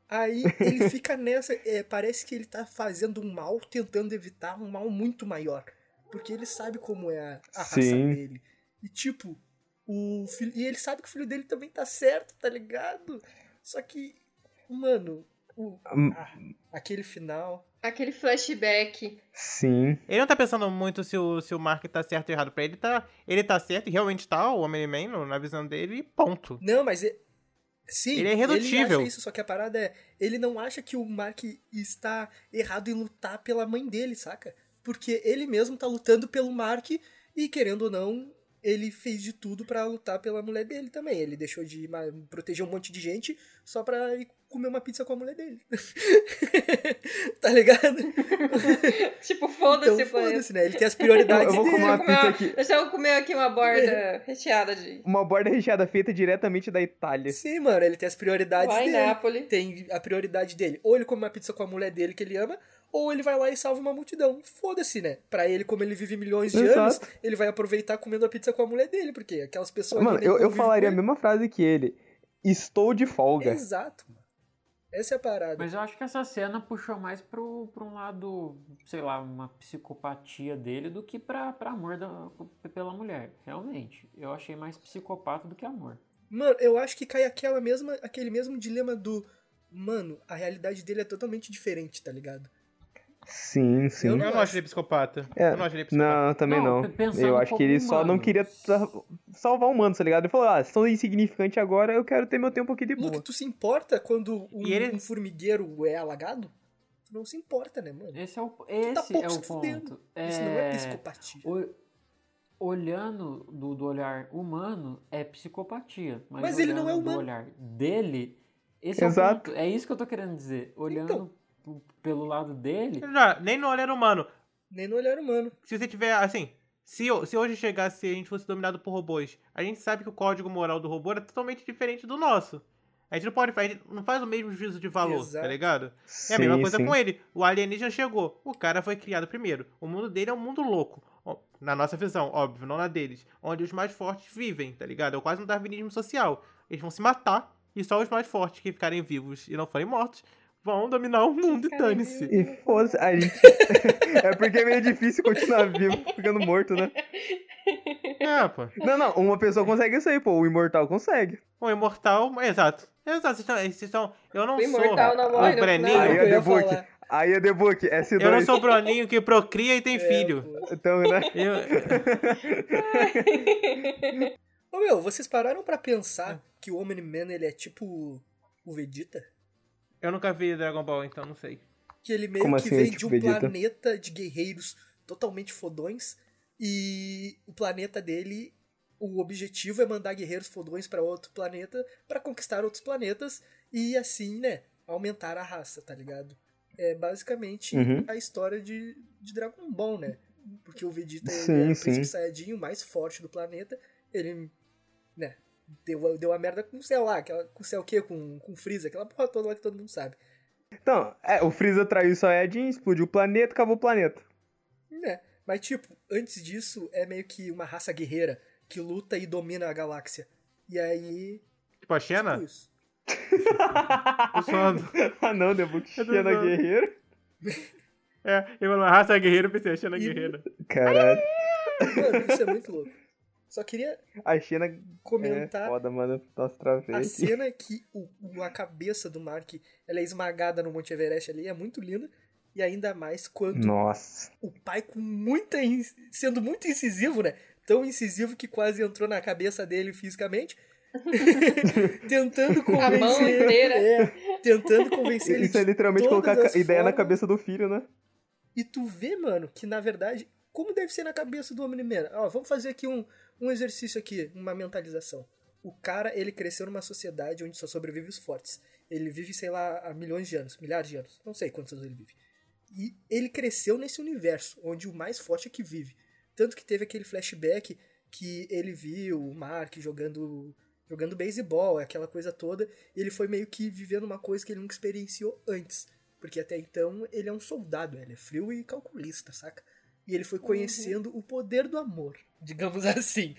Speaker 3: Aí ele fica nessa. é, parece que ele tá fazendo um mal, tentando evitar um mal muito maior. Porque ele sabe como é a, a raça
Speaker 1: Sim.
Speaker 3: dele. E tipo, o filho. E ele sabe que o filho dele também tá certo, tá ligado? Só que, mano, o-
Speaker 1: Hum.
Speaker 3: ah, aquele final.
Speaker 5: Aquele flashback.
Speaker 1: Sim.
Speaker 2: Ele não tá pensando muito se o, se o Mark tá certo ou errado. Pra ele tá. Ele tá certo e realmente tá, o Homem-Man, no- na visão dele, e ponto.
Speaker 3: Não, mas. é- Sim,
Speaker 2: Ele é irredutível.
Speaker 3: Ele acha isso, só que a parada é. Ele não acha que o Mark está errado em lutar pela mãe dele, saca? Porque ele mesmo tá lutando pelo Mark e, querendo ou não, ele fez de tudo pra lutar pela mulher dele também. Ele deixou de ma- proteger um monte de gente só pra ir comer uma pizza com a mulher dele. tá ligado?
Speaker 5: Tipo, foda-se,
Speaker 3: então,
Speaker 5: foda
Speaker 3: foda-se, né? Ele tem as
Speaker 1: Eu,
Speaker 3: prioridades
Speaker 1: vou
Speaker 3: dele.
Speaker 1: comer uma
Speaker 5: comer
Speaker 1: pizza
Speaker 5: uma-
Speaker 1: aqui.
Speaker 5: Deixa eu comer aqui uma
Speaker 3: É.
Speaker 5: borda recheada de.
Speaker 1: Uma borda recheada feita diretamente da Itália.
Speaker 3: Sim, mano, ele tem as prioridades
Speaker 5: Vai,
Speaker 3: dele.
Speaker 5: Nápoles.
Speaker 3: tem a prioridade dele. Ou ele come uma pizza com a mulher dele que ele ama, ou ele vai lá e salva uma multidão. Foda-se, né? Pra ele, como ele vive milhões de
Speaker 1: Exato.
Speaker 3: anos, ele vai aproveitar comendo a pizza com a mulher dele, porque aquelas pessoas.
Speaker 1: Mano,
Speaker 3: que nem
Speaker 1: eu, eu
Speaker 3: convivem
Speaker 1: falaria a
Speaker 3: com
Speaker 1: mesma frase que ele. Estou de
Speaker 3: ele.
Speaker 1: folga.
Speaker 3: Exato, mano. Essa é a parada.
Speaker 4: Mas eu acho que essa cena puxou mais pro, pra um lado, sei lá, uma psicopatia dele do que pra, pra amor da- pela mulher. Realmente. Eu achei mais psicopata do que amor.
Speaker 3: Mano, eu acho que cai aquela mesma, aquele mesmo dilema do. Mano, a realidade dele é totalmente diferente, tá ligado?
Speaker 1: Sim,
Speaker 2: Eu
Speaker 1: sim.
Speaker 2: não,
Speaker 3: não
Speaker 2: acho ele psicopata.
Speaker 1: É,
Speaker 2: Eu não acho ele psicopata.
Speaker 1: Não, também
Speaker 4: Não,
Speaker 1: não.
Speaker 4: pe- pensando
Speaker 2: um
Speaker 1: Eu acho que
Speaker 4: como
Speaker 1: ele só não
Speaker 4: humano.
Speaker 1: queria tra- salvar humanos, tá ligado? Ele falou, ah, sou insignificante agora, eu quero ter meu tempo aqui de
Speaker 3: Luke,
Speaker 1: É boa.
Speaker 3: tu se importa quando um,
Speaker 2: E ele-
Speaker 3: um formigueiro é alagado? Tu não se importa, né, mano?
Speaker 4: Esse é o,
Speaker 3: tá
Speaker 4: esse
Speaker 3: pouco
Speaker 4: é o
Speaker 3: se fudendo.
Speaker 4: ponto.
Speaker 3: Isso não é
Speaker 4: É,
Speaker 3: psicopatia.
Speaker 4: o- olhando do, do olhar humano é psicopatia. Mas,
Speaker 3: Mas ele não
Speaker 4: olhando
Speaker 3: é humano.
Speaker 4: Do olhar dele, esse é o
Speaker 1: Exato.
Speaker 4: ponto. É isso que eu tô querendo dizer.
Speaker 3: Então.
Speaker 4: Olhando p- pelo lado dele,
Speaker 2: Já, nem no olhar humano.
Speaker 3: Nem no olhar humano.
Speaker 2: Se você tiver, assim. Se, o- se hoje chegasse e a gente fosse dominado por robôs, a gente sabe que o código moral do robô era totalmente diferente do nosso. A gente não pode. A gente não faz o mesmo juízo de valor,
Speaker 3: Exato.
Speaker 2: tá ligado?
Speaker 1: Sim,
Speaker 2: É a mesma coisa
Speaker 1: sim.
Speaker 2: com ele. O alienígena chegou. O cara foi criado primeiro. O mundo dele é um mundo louco. Ó, Na nossa visão, óbvio, não na deles. Onde os mais fortes vivem, tá ligado? É quase um darwinismo social. Eles vão se matar e só os mais fortes que ficarem vivos e não forem mortos vão dominar o mundo e
Speaker 5: Ficarem
Speaker 2: dane-se.
Speaker 1: E fosse. A gente. é porque é meio difícil continuar vivo ficando morto, né?
Speaker 2: É, pô.
Speaker 1: Não, não, uma pessoa consegue isso aí, pô. O imortal consegue.
Speaker 2: O É um imortal. Exato. Exato. Vocês estão. vocês estão- eu não
Speaker 5: O
Speaker 2: sou.
Speaker 5: imortal não morre. no
Speaker 2: Breninho.
Speaker 5: final.
Speaker 1: Aí
Speaker 3: Era o que
Speaker 1: é
Speaker 3: eu ia
Speaker 1: debug.
Speaker 3: falar.
Speaker 1: Aí é The Book, S2.
Speaker 2: Eu não sou o Broninho que procria e tem filho.
Speaker 3: É, pô.
Speaker 1: Então, né?
Speaker 2: Eu-
Speaker 3: Ô meu, vocês pararam pra pensar que o Omni-Man ele é tipo o Vegeta?
Speaker 2: eu nunca vi Dragon Ball, então não sei.
Speaker 3: Que ele meio
Speaker 1: Como
Speaker 3: que
Speaker 1: assim, é
Speaker 3: vem
Speaker 1: tipo
Speaker 3: de um
Speaker 1: Vegeta?
Speaker 3: planeta de guerreiros totalmente fodões e o planeta dele, o objetivo é mandar guerreiros fodões pra outro planeta pra conquistar outros planetas e assim, né, aumentar a raça, tá ligado? É basicamente
Speaker 1: Uhum.
Speaker 3: a história de, de Dragon Ball, né? Porque o Vegeta ele
Speaker 1: Sim,
Speaker 3: era o
Speaker 1: sim.
Speaker 3: príncipe Saiyajin, o mais forte do planeta. Ele, né, deu, deu a merda com o céu lá, aquela, com o céu o quê? Com, com o Freeza, aquela porra toda lá que todo mundo sabe.
Speaker 1: Então, é, o Freeza traiu o Saiyajin, explodiu o planeta, acabou o planeta.
Speaker 3: Né? Mas, tipo, antes disso, é meio que uma raça guerreira que luta e domina a galáxia. E aí,
Speaker 2: Tipo, a
Speaker 3: tipo
Speaker 2: Xena?
Speaker 3: isso.
Speaker 2: O Sandro.
Speaker 1: ah, não, The Book
Speaker 2: Eu tô
Speaker 1: Xena
Speaker 2: zoando.
Speaker 1: Guerreiro.
Speaker 2: É, eu falo, raça guerreira, eu pensei, a Xena
Speaker 3: E-
Speaker 2: guerreira.
Speaker 1: Caralho,
Speaker 3: Mano, isso é muito louco. Só queria
Speaker 1: a Xena é
Speaker 3: comentar
Speaker 1: foda, mano. Nossa,
Speaker 3: A
Speaker 1: travei. aqui.
Speaker 3: cena que o, o- a cabeça do Mark ela é esmagada no Monte Everest ali é muito linda. E ainda mais quando
Speaker 1: Nossa.
Speaker 3: o pai, com muita in- sendo muito incisivo, né? Tão incisivo que quase entrou na cabeça dele fisicamente. tentando
Speaker 5: A
Speaker 3: convencer.
Speaker 5: mão inteira.
Speaker 3: É, tentando convencer ele.
Speaker 1: Isso é
Speaker 3: de
Speaker 1: literalmente
Speaker 3: todas
Speaker 1: colocar a
Speaker 3: as
Speaker 1: ca- ideia na
Speaker 3: formas.
Speaker 1: cabeça do filho, né?
Speaker 3: E tu vê, mano, que na verdade, como deve ser na cabeça do Omni-Man? Ó, vamos fazer aqui um, um exercício aqui, uma mentalização. O cara, ele cresceu numa sociedade onde só sobrevive os fortes. Ele vive, sei lá, há milhões de anos, milhares de anos, não sei quantos anos ele vive. E ele cresceu nesse universo, onde o mais forte é que vive. Tanto que teve aquele flashback que ele viu o Mark jogando jogando beisebol, aquela coisa toda, e ele foi meio que vivendo uma coisa que ele nunca experienciou antes. Porque até então ele é um soldado, ele é frio e calculista, saca? E ele foi conhecendo o poder do amor, digamos assim.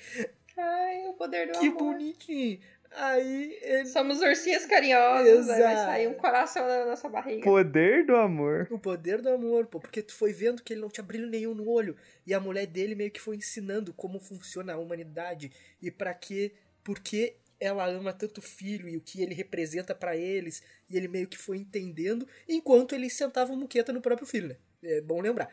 Speaker 5: Ai, o poder do
Speaker 3: Que
Speaker 5: amor.
Speaker 3: bonitinho! Aí ele-
Speaker 5: Somos ursinhos carinhosos, aí vai
Speaker 3: Exato.
Speaker 5: sair um coração da nossa barriga.
Speaker 1: Poder do amor.
Speaker 3: O poder do amor, pô, porque tu foi vendo que ele não tinha brilho nenhum no olho. E a mulher dele meio que foi ensinando como funciona a humanidade e pra que, por que ela ama tanto o filho e o que ele representa pra eles. E ele meio que foi entendendo, enquanto ele sentava a muqueta no próprio filho, né? É bom lembrar.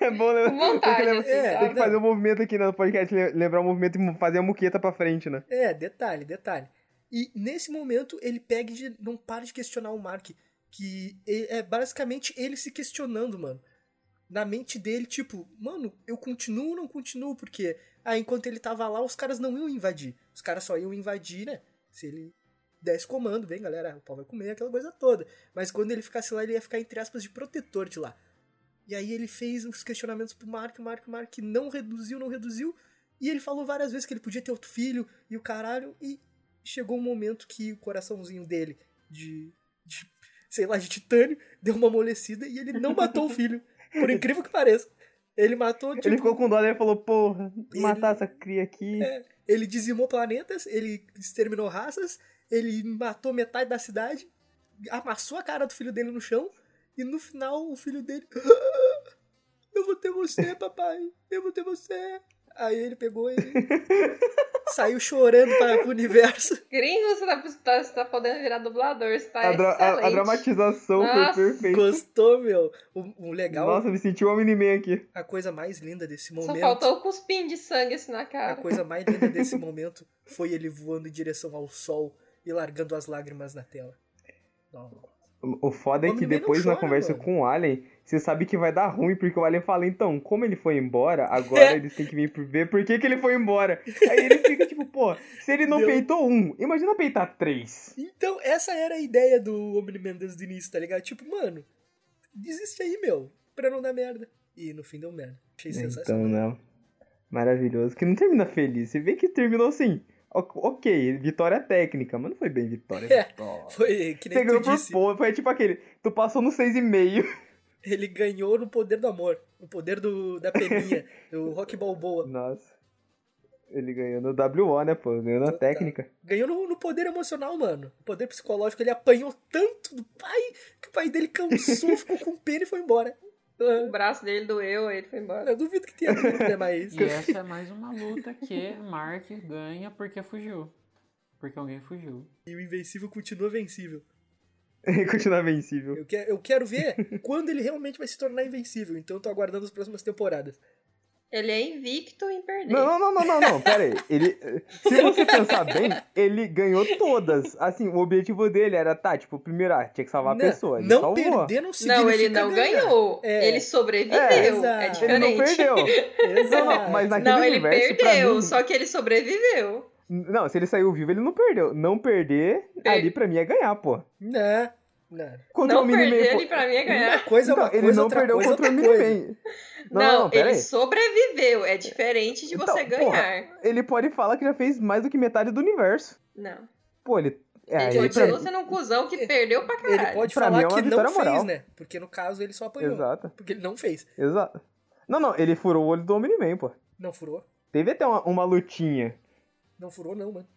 Speaker 1: É bom, né?
Speaker 5: Com vontade,
Speaker 1: Tem que,
Speaker 5: assim,
Speaker 3: é,
Speaker 1: tem que
Speaker 5: sabe?
Speaker 1: fazer um movimento aqui no podcast, le- lembrar o movimento e fazer a muqueta pra frente, né?
Speaker 3: É, detalhe, detalhe. E nesse momento ele pega e de- não para de questionar o Mark. Que é é basicamente ele se questionando, mano. Na mente dele, tipo, mano, eu continuo ou não continuo? Porque ah, enquanto ele tava lá, os caras não iam invadir. Os caras só iam invadir, né? Se ele desse comando, vem galera, o pau vai comer, aquela coisa toda. Mas quando ele ficasse lá, ele ia ficar, entre aspas, de protetor de lá. E aí ele fez os questionamentos pro Mark, o Mark, o Mark não reduziu, não reduziu. E ele falou várias vezes que ele podia ter outro filho e o caralho. E chegou um momento que o coraçãozinho dele, de, de sei lá, de titânio, deu uma amolecida e ele não matou o filho. Por incrível que pareça. Ele matou, tipo,
Speaker 1: Ele ficou com dó, né? ele falou, porra,
Speaker 3: Ele- É,
Speaker 1: matar essa cria aqui.
Speaker 3: ele dizimou planetas, ele exterminou raças, ele matou metade da cidade, amassou a cara do filho dele no chão, e no final o filho dele. "Ah, Eu vou ter você, papai! Eu vou ter você! Aí ele pegou e saiu chorando para o universo.
Speaker 5: Gringo, você tá, você tá- você tá podendo virar dublador, você tá
Speaker 1: a, dra- a- a
Speaker 5: excelente.
Speaker 1: dramatização
Speaker 5: Nossa.
Speaker 1: foi perfeita.
Speaker 3: Gostou, meu? O, o legal,
Speaker 1: Nossa, me senti um Omni-Man aqui.
Speaker 3: a coisa mais linda desse
Speaker 5: Só
Speaker 3: momento.
Speaker 5: faltou com os pins de sangue assim na
Speaker 3: A
Speaker 5: cara.
Speaker 3: coisa mais linda desse momento foi ele voando em direção ao sol e largando as lágrimas na tela. Nossa.
Speaker 1: O o foda é
Speaker 3: O
Speaker 1: que
Speaker 3: Omni-Man não
Speaker 1: depois na
Speaker 3: chora,
Speaker 1: conversa
Speaker 3: mano.
Speaker 1: com o Alien, você sabe que vai dar ruim, porque o Alien fala, então, como ele foi embora, agora eles têm que vir por- ver por que, que ele foi embora. Aí ele fica tipo, pô, se ele não
Speaker 3: Deu.
Speaker 1: peitou um, imagina peitar três.
Speaker 3: Então, essa era a ideia do Omni-Man desde o início, tá ligado? Tipo, mano, desiste aí, meu, pra não dar merda. E no fim deu merda. Achei sensacional.
Speaker 1: Então, né? Maravilhoso. Que não termina feliz. Você vê que terminou assim. o- Ok, vitória técnica, mas não foi bem vitória.
Speaker 3: É,
Speaker 1: vitória.
Speaker 3: Foi que
Speaker 1: Você
Speaker 3: nem
Speaker 1: ganhou
Speaker 3: tu
Speaker 1: por
Speaker 3: disse,
Speaker 1: pouco. Foi tipo aquele. Tu passou no 6,5.
Speaker 3: ele ganhou no poder do amor, no poder do, da peninha, do Rock Balboa.
Speaker 1: Nossa. Ele ganhou no WO, né, pô? Ganhou na
Speaker 3: Total.
Speaker 1: técnica.
Speaker 3: Ganhou no, no poder emocional, mano. No poder psicológico, ele apanhou tanto do pai que o pai dele cansou, ficou com pena e foi embora.
Speaker 5: O braço dele doeu, aí ele foi embora.
Speaker 3: Eu duvido que tenha tudo, né, mas...
Speaker 4: E essa é mais uma luta que Mark ganha porque fugiu. Porque alguém fugiu.
Speaker 3: E o Invencível continua vencível.
Speaker 1: Ele continua vencível.
Speaker 3: Eu, que, eu quero ver quando ele realmente vai se tornar invencível. Então eu tô aguardando as próximas temporadas.
Speaker 5: Ele é invicto em perder.
Speaker 1: Não, não, não, não, não, não, pera aí. Ele, se você pensar bem, ele ganhou todas. Assim, o objetivo dele era, tá, tipo, primeiro, ah, tinha que salvar
Speaker 3: não,
Speaker 1: a pessoa. Ele
Speaker 3: Né? não
Speaker 1: salvou.
Speaker 3: perder não significa
Speaker 5: Não, ele não
Speaker 3: ganhar.
Speaker 5: ganhou.
Speaker 3: É.
Speaker 5: Ele sobreviveu.
Speaker 1: É,
Speaker 5: É,
Speaker 3: exato.
Speaker 1: Ele
Speaker 5: diferente.
Speaker 1: não perdeu.
Speaker 3: Exato.
Speaker 1: Não, não, mas naquele
Speaker 5: Não, ele
Speaker 1: universo, pra
Speaker 5: perdeu,
Speaker 1: mim-
Speaker 5: só que ele sobreviveu.
Speaker 1: Não, se ele saiu vivo, ele não perdeu. Não perder,
Speaker 5: Per-
Speaker 1: ali pra mim é ganhar, pô.
Speaker 3: Não, não.
Speaker 1: Contra
Speaker 5: não
Speaker 1: o Miniman,
Speaker 5: perder,
Speaker 1: pô.
Speaker 5: ele pra mim é ganhar.
Speaker 3: Uma Né? coisa é
Speaker 1: Então,
Speaker 3: uma
Speaker 1: ele
Speaker 3: coisa,
Speaker 1: não
Speaker 3: outra
Speaker 1: perdeu
Speaker 3: coisa, é
Speaker 1: contra o
Speaker 3: outra coisa.
Speaker 1: Miniman. Não,
Speaker 5: Não,
Speaker 1: não, pera
Speaker 5: ele
Speaker 1: aí.
Speaker 5: sobreviveu. É diferente de
Speaker 1: Então,
Speaker 5: você
Speaker 1: porra.
Speaker 5: ganhar.
Speaker 1: Ele pode falar que já fez mais do que metade do universo.
Speaker 5: Não.
Speaker 1: Pô, ele. É, ele
Speaker 5: Ele
Speaker 3: pode
Speaker 1: pra... É,
Speaker 5: continuou sendo um cuzão que perdeu pra caralho.
Speaker 3: Ele pode
Speaker 1: Pra mim
Speaker 3: falar
Speaker 1: é uma
Speaker 3: que não
Speaker 1: vitória
Speaker 3: fez,
Speaker 1: moral.
Speaker 3: né? Porque no caso ele só apanhou.
Speaker 1: Exato,
Speaker 3: Porque ele não fez.
Speaker 1: exato. Não, não, ele furou o olho do Miniman, pô.
Speaker 3: Não furou.
Speaker 1: Teve até uma, uma lutinha.
Speaker 3: Não furou, não, mano.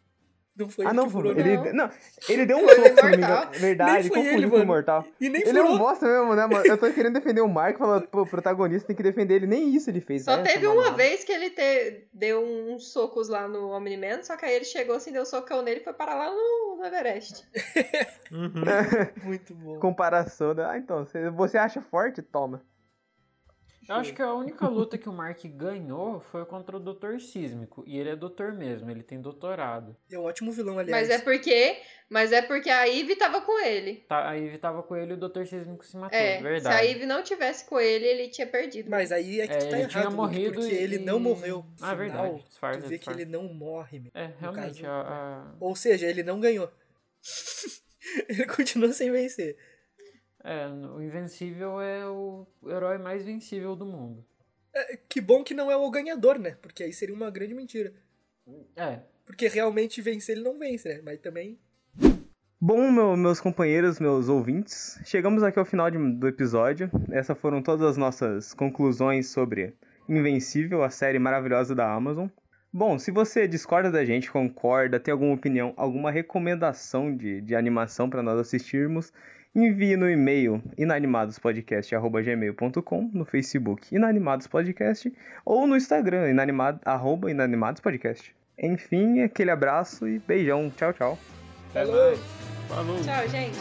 Speaker 3: Não foi
Speaker 1: ah,
Speaker 3: ele
Speaker 1: não,
Speaker 3: que furou.
Speaker 1: ele,
Speaker 5: não.
Speaker 1: não. ele deu um
Speaker 5: Foi
Speaker 1: soco, se não me
Speaker 5: imortal.
Speaker 1: engano. Verdade,
Speaker 3: Nem foi ele,
Speaker 1: confundi com o
Speaker 3: mano.
Speaker 1: Imortal.
Speaker 3: E nem
Speaker 1: Ele é um
Speaker 3: furou.
Speaker 1: bosta mesmo, né, mano? Eu tô querendo defender o Mark, falando, pô, o protagonista tem que defender ele. Nem isso ele fez,
Speaker 5: Só
Speaker 1: né?
Speaker 5: teve
Speaker 1: Essa
Speaker 5: uma
Speaker 1: mamada.
Speaker 5: vez que ele te- deu uns socos lá no Omni-Man, só que aí ele chegou assim, deu um socão nele e foi parar lá no, no Everest.
Speaker 2: Uhum.
Speaker 3: Muito bom.
Speaker 1: Comparação, né? Ah, então, você- você acha forte? Toma.
Speaker 4: Eu acho que a única luta que o Mark ganhou foi contra o Doutor Sísmico. E ele é doutor mesmo, ele tem doutorado.
Speaker 3: É um ótimo vilão,
Speaker 5: Mas
Speaker 3: aliás.
Speaker 5: é porque. Mas é porque a Ivy tava com ele.
Speaker 4: Tá, a Ivy tava com ele e o Doutor Sísmico se matou,
Speaker 5: É, se
Speaker 4: verdade.
Speaker 5: a Ivy não tivesse com ele, ele tinha perdido.
Speaker 3: Mas aí é que
Speaker 4: É,
Speaker 3: tu tá
Speaker 4: ele
Speaker 3: errado,
Speaker 4: tinha
Speaker 3: Luke,
Speaker 4: morrido
Speaker 3: porque
Speaker 4: e-
Speaker 3: ele não morreu. No
Speaker 4: Ah,
Speaker 3: final,
Speaker 4: verdade. Disfarça,
Speaker 3: tu vê que
Speaker 4: disfarça.
Speaker 3: ele não morre, meu.
Speaker 4: É, realmente,
Speaker 3: caso, né.
Speaker 4: a- a-
Speaker 3: Ou seja, ele não ganhou. ele continua sem vencer.
Speaker 4: É, o Invencível é o herói mais vencível do mundo.
Speaker 3: Que bom que não é o ganhador, né? Porque aí seria uma grande mentira.
Speaker 4: É,
Speaker 3: Porque realmente vencer ele não vence, né? Mas também.
Speaker 1: Bom, meu- meus companheiros, meus ouvintes, chegamos aqui ao final de- do episódio. Essas foram todas as nossas conclusões sobre Invencível, a série maravilhosa da Amazon. Bom, se você discorda da gente, concorda, tem alguma opinião, alguma recomendação de, de animação para nós assistirmos, envie no e-mail inanimadospodcast.gmail.com, no Facebook inanimadospodcast ou no Instagram inanimado, arroba inanimadospodcast. Enfim, aquele abraço e beijão. Tchau, tchau.
Speaker 2: Até
Speaker 3: Falou.
Speaker 2: mais. Falou.
Speaker 5: Tchau, gente.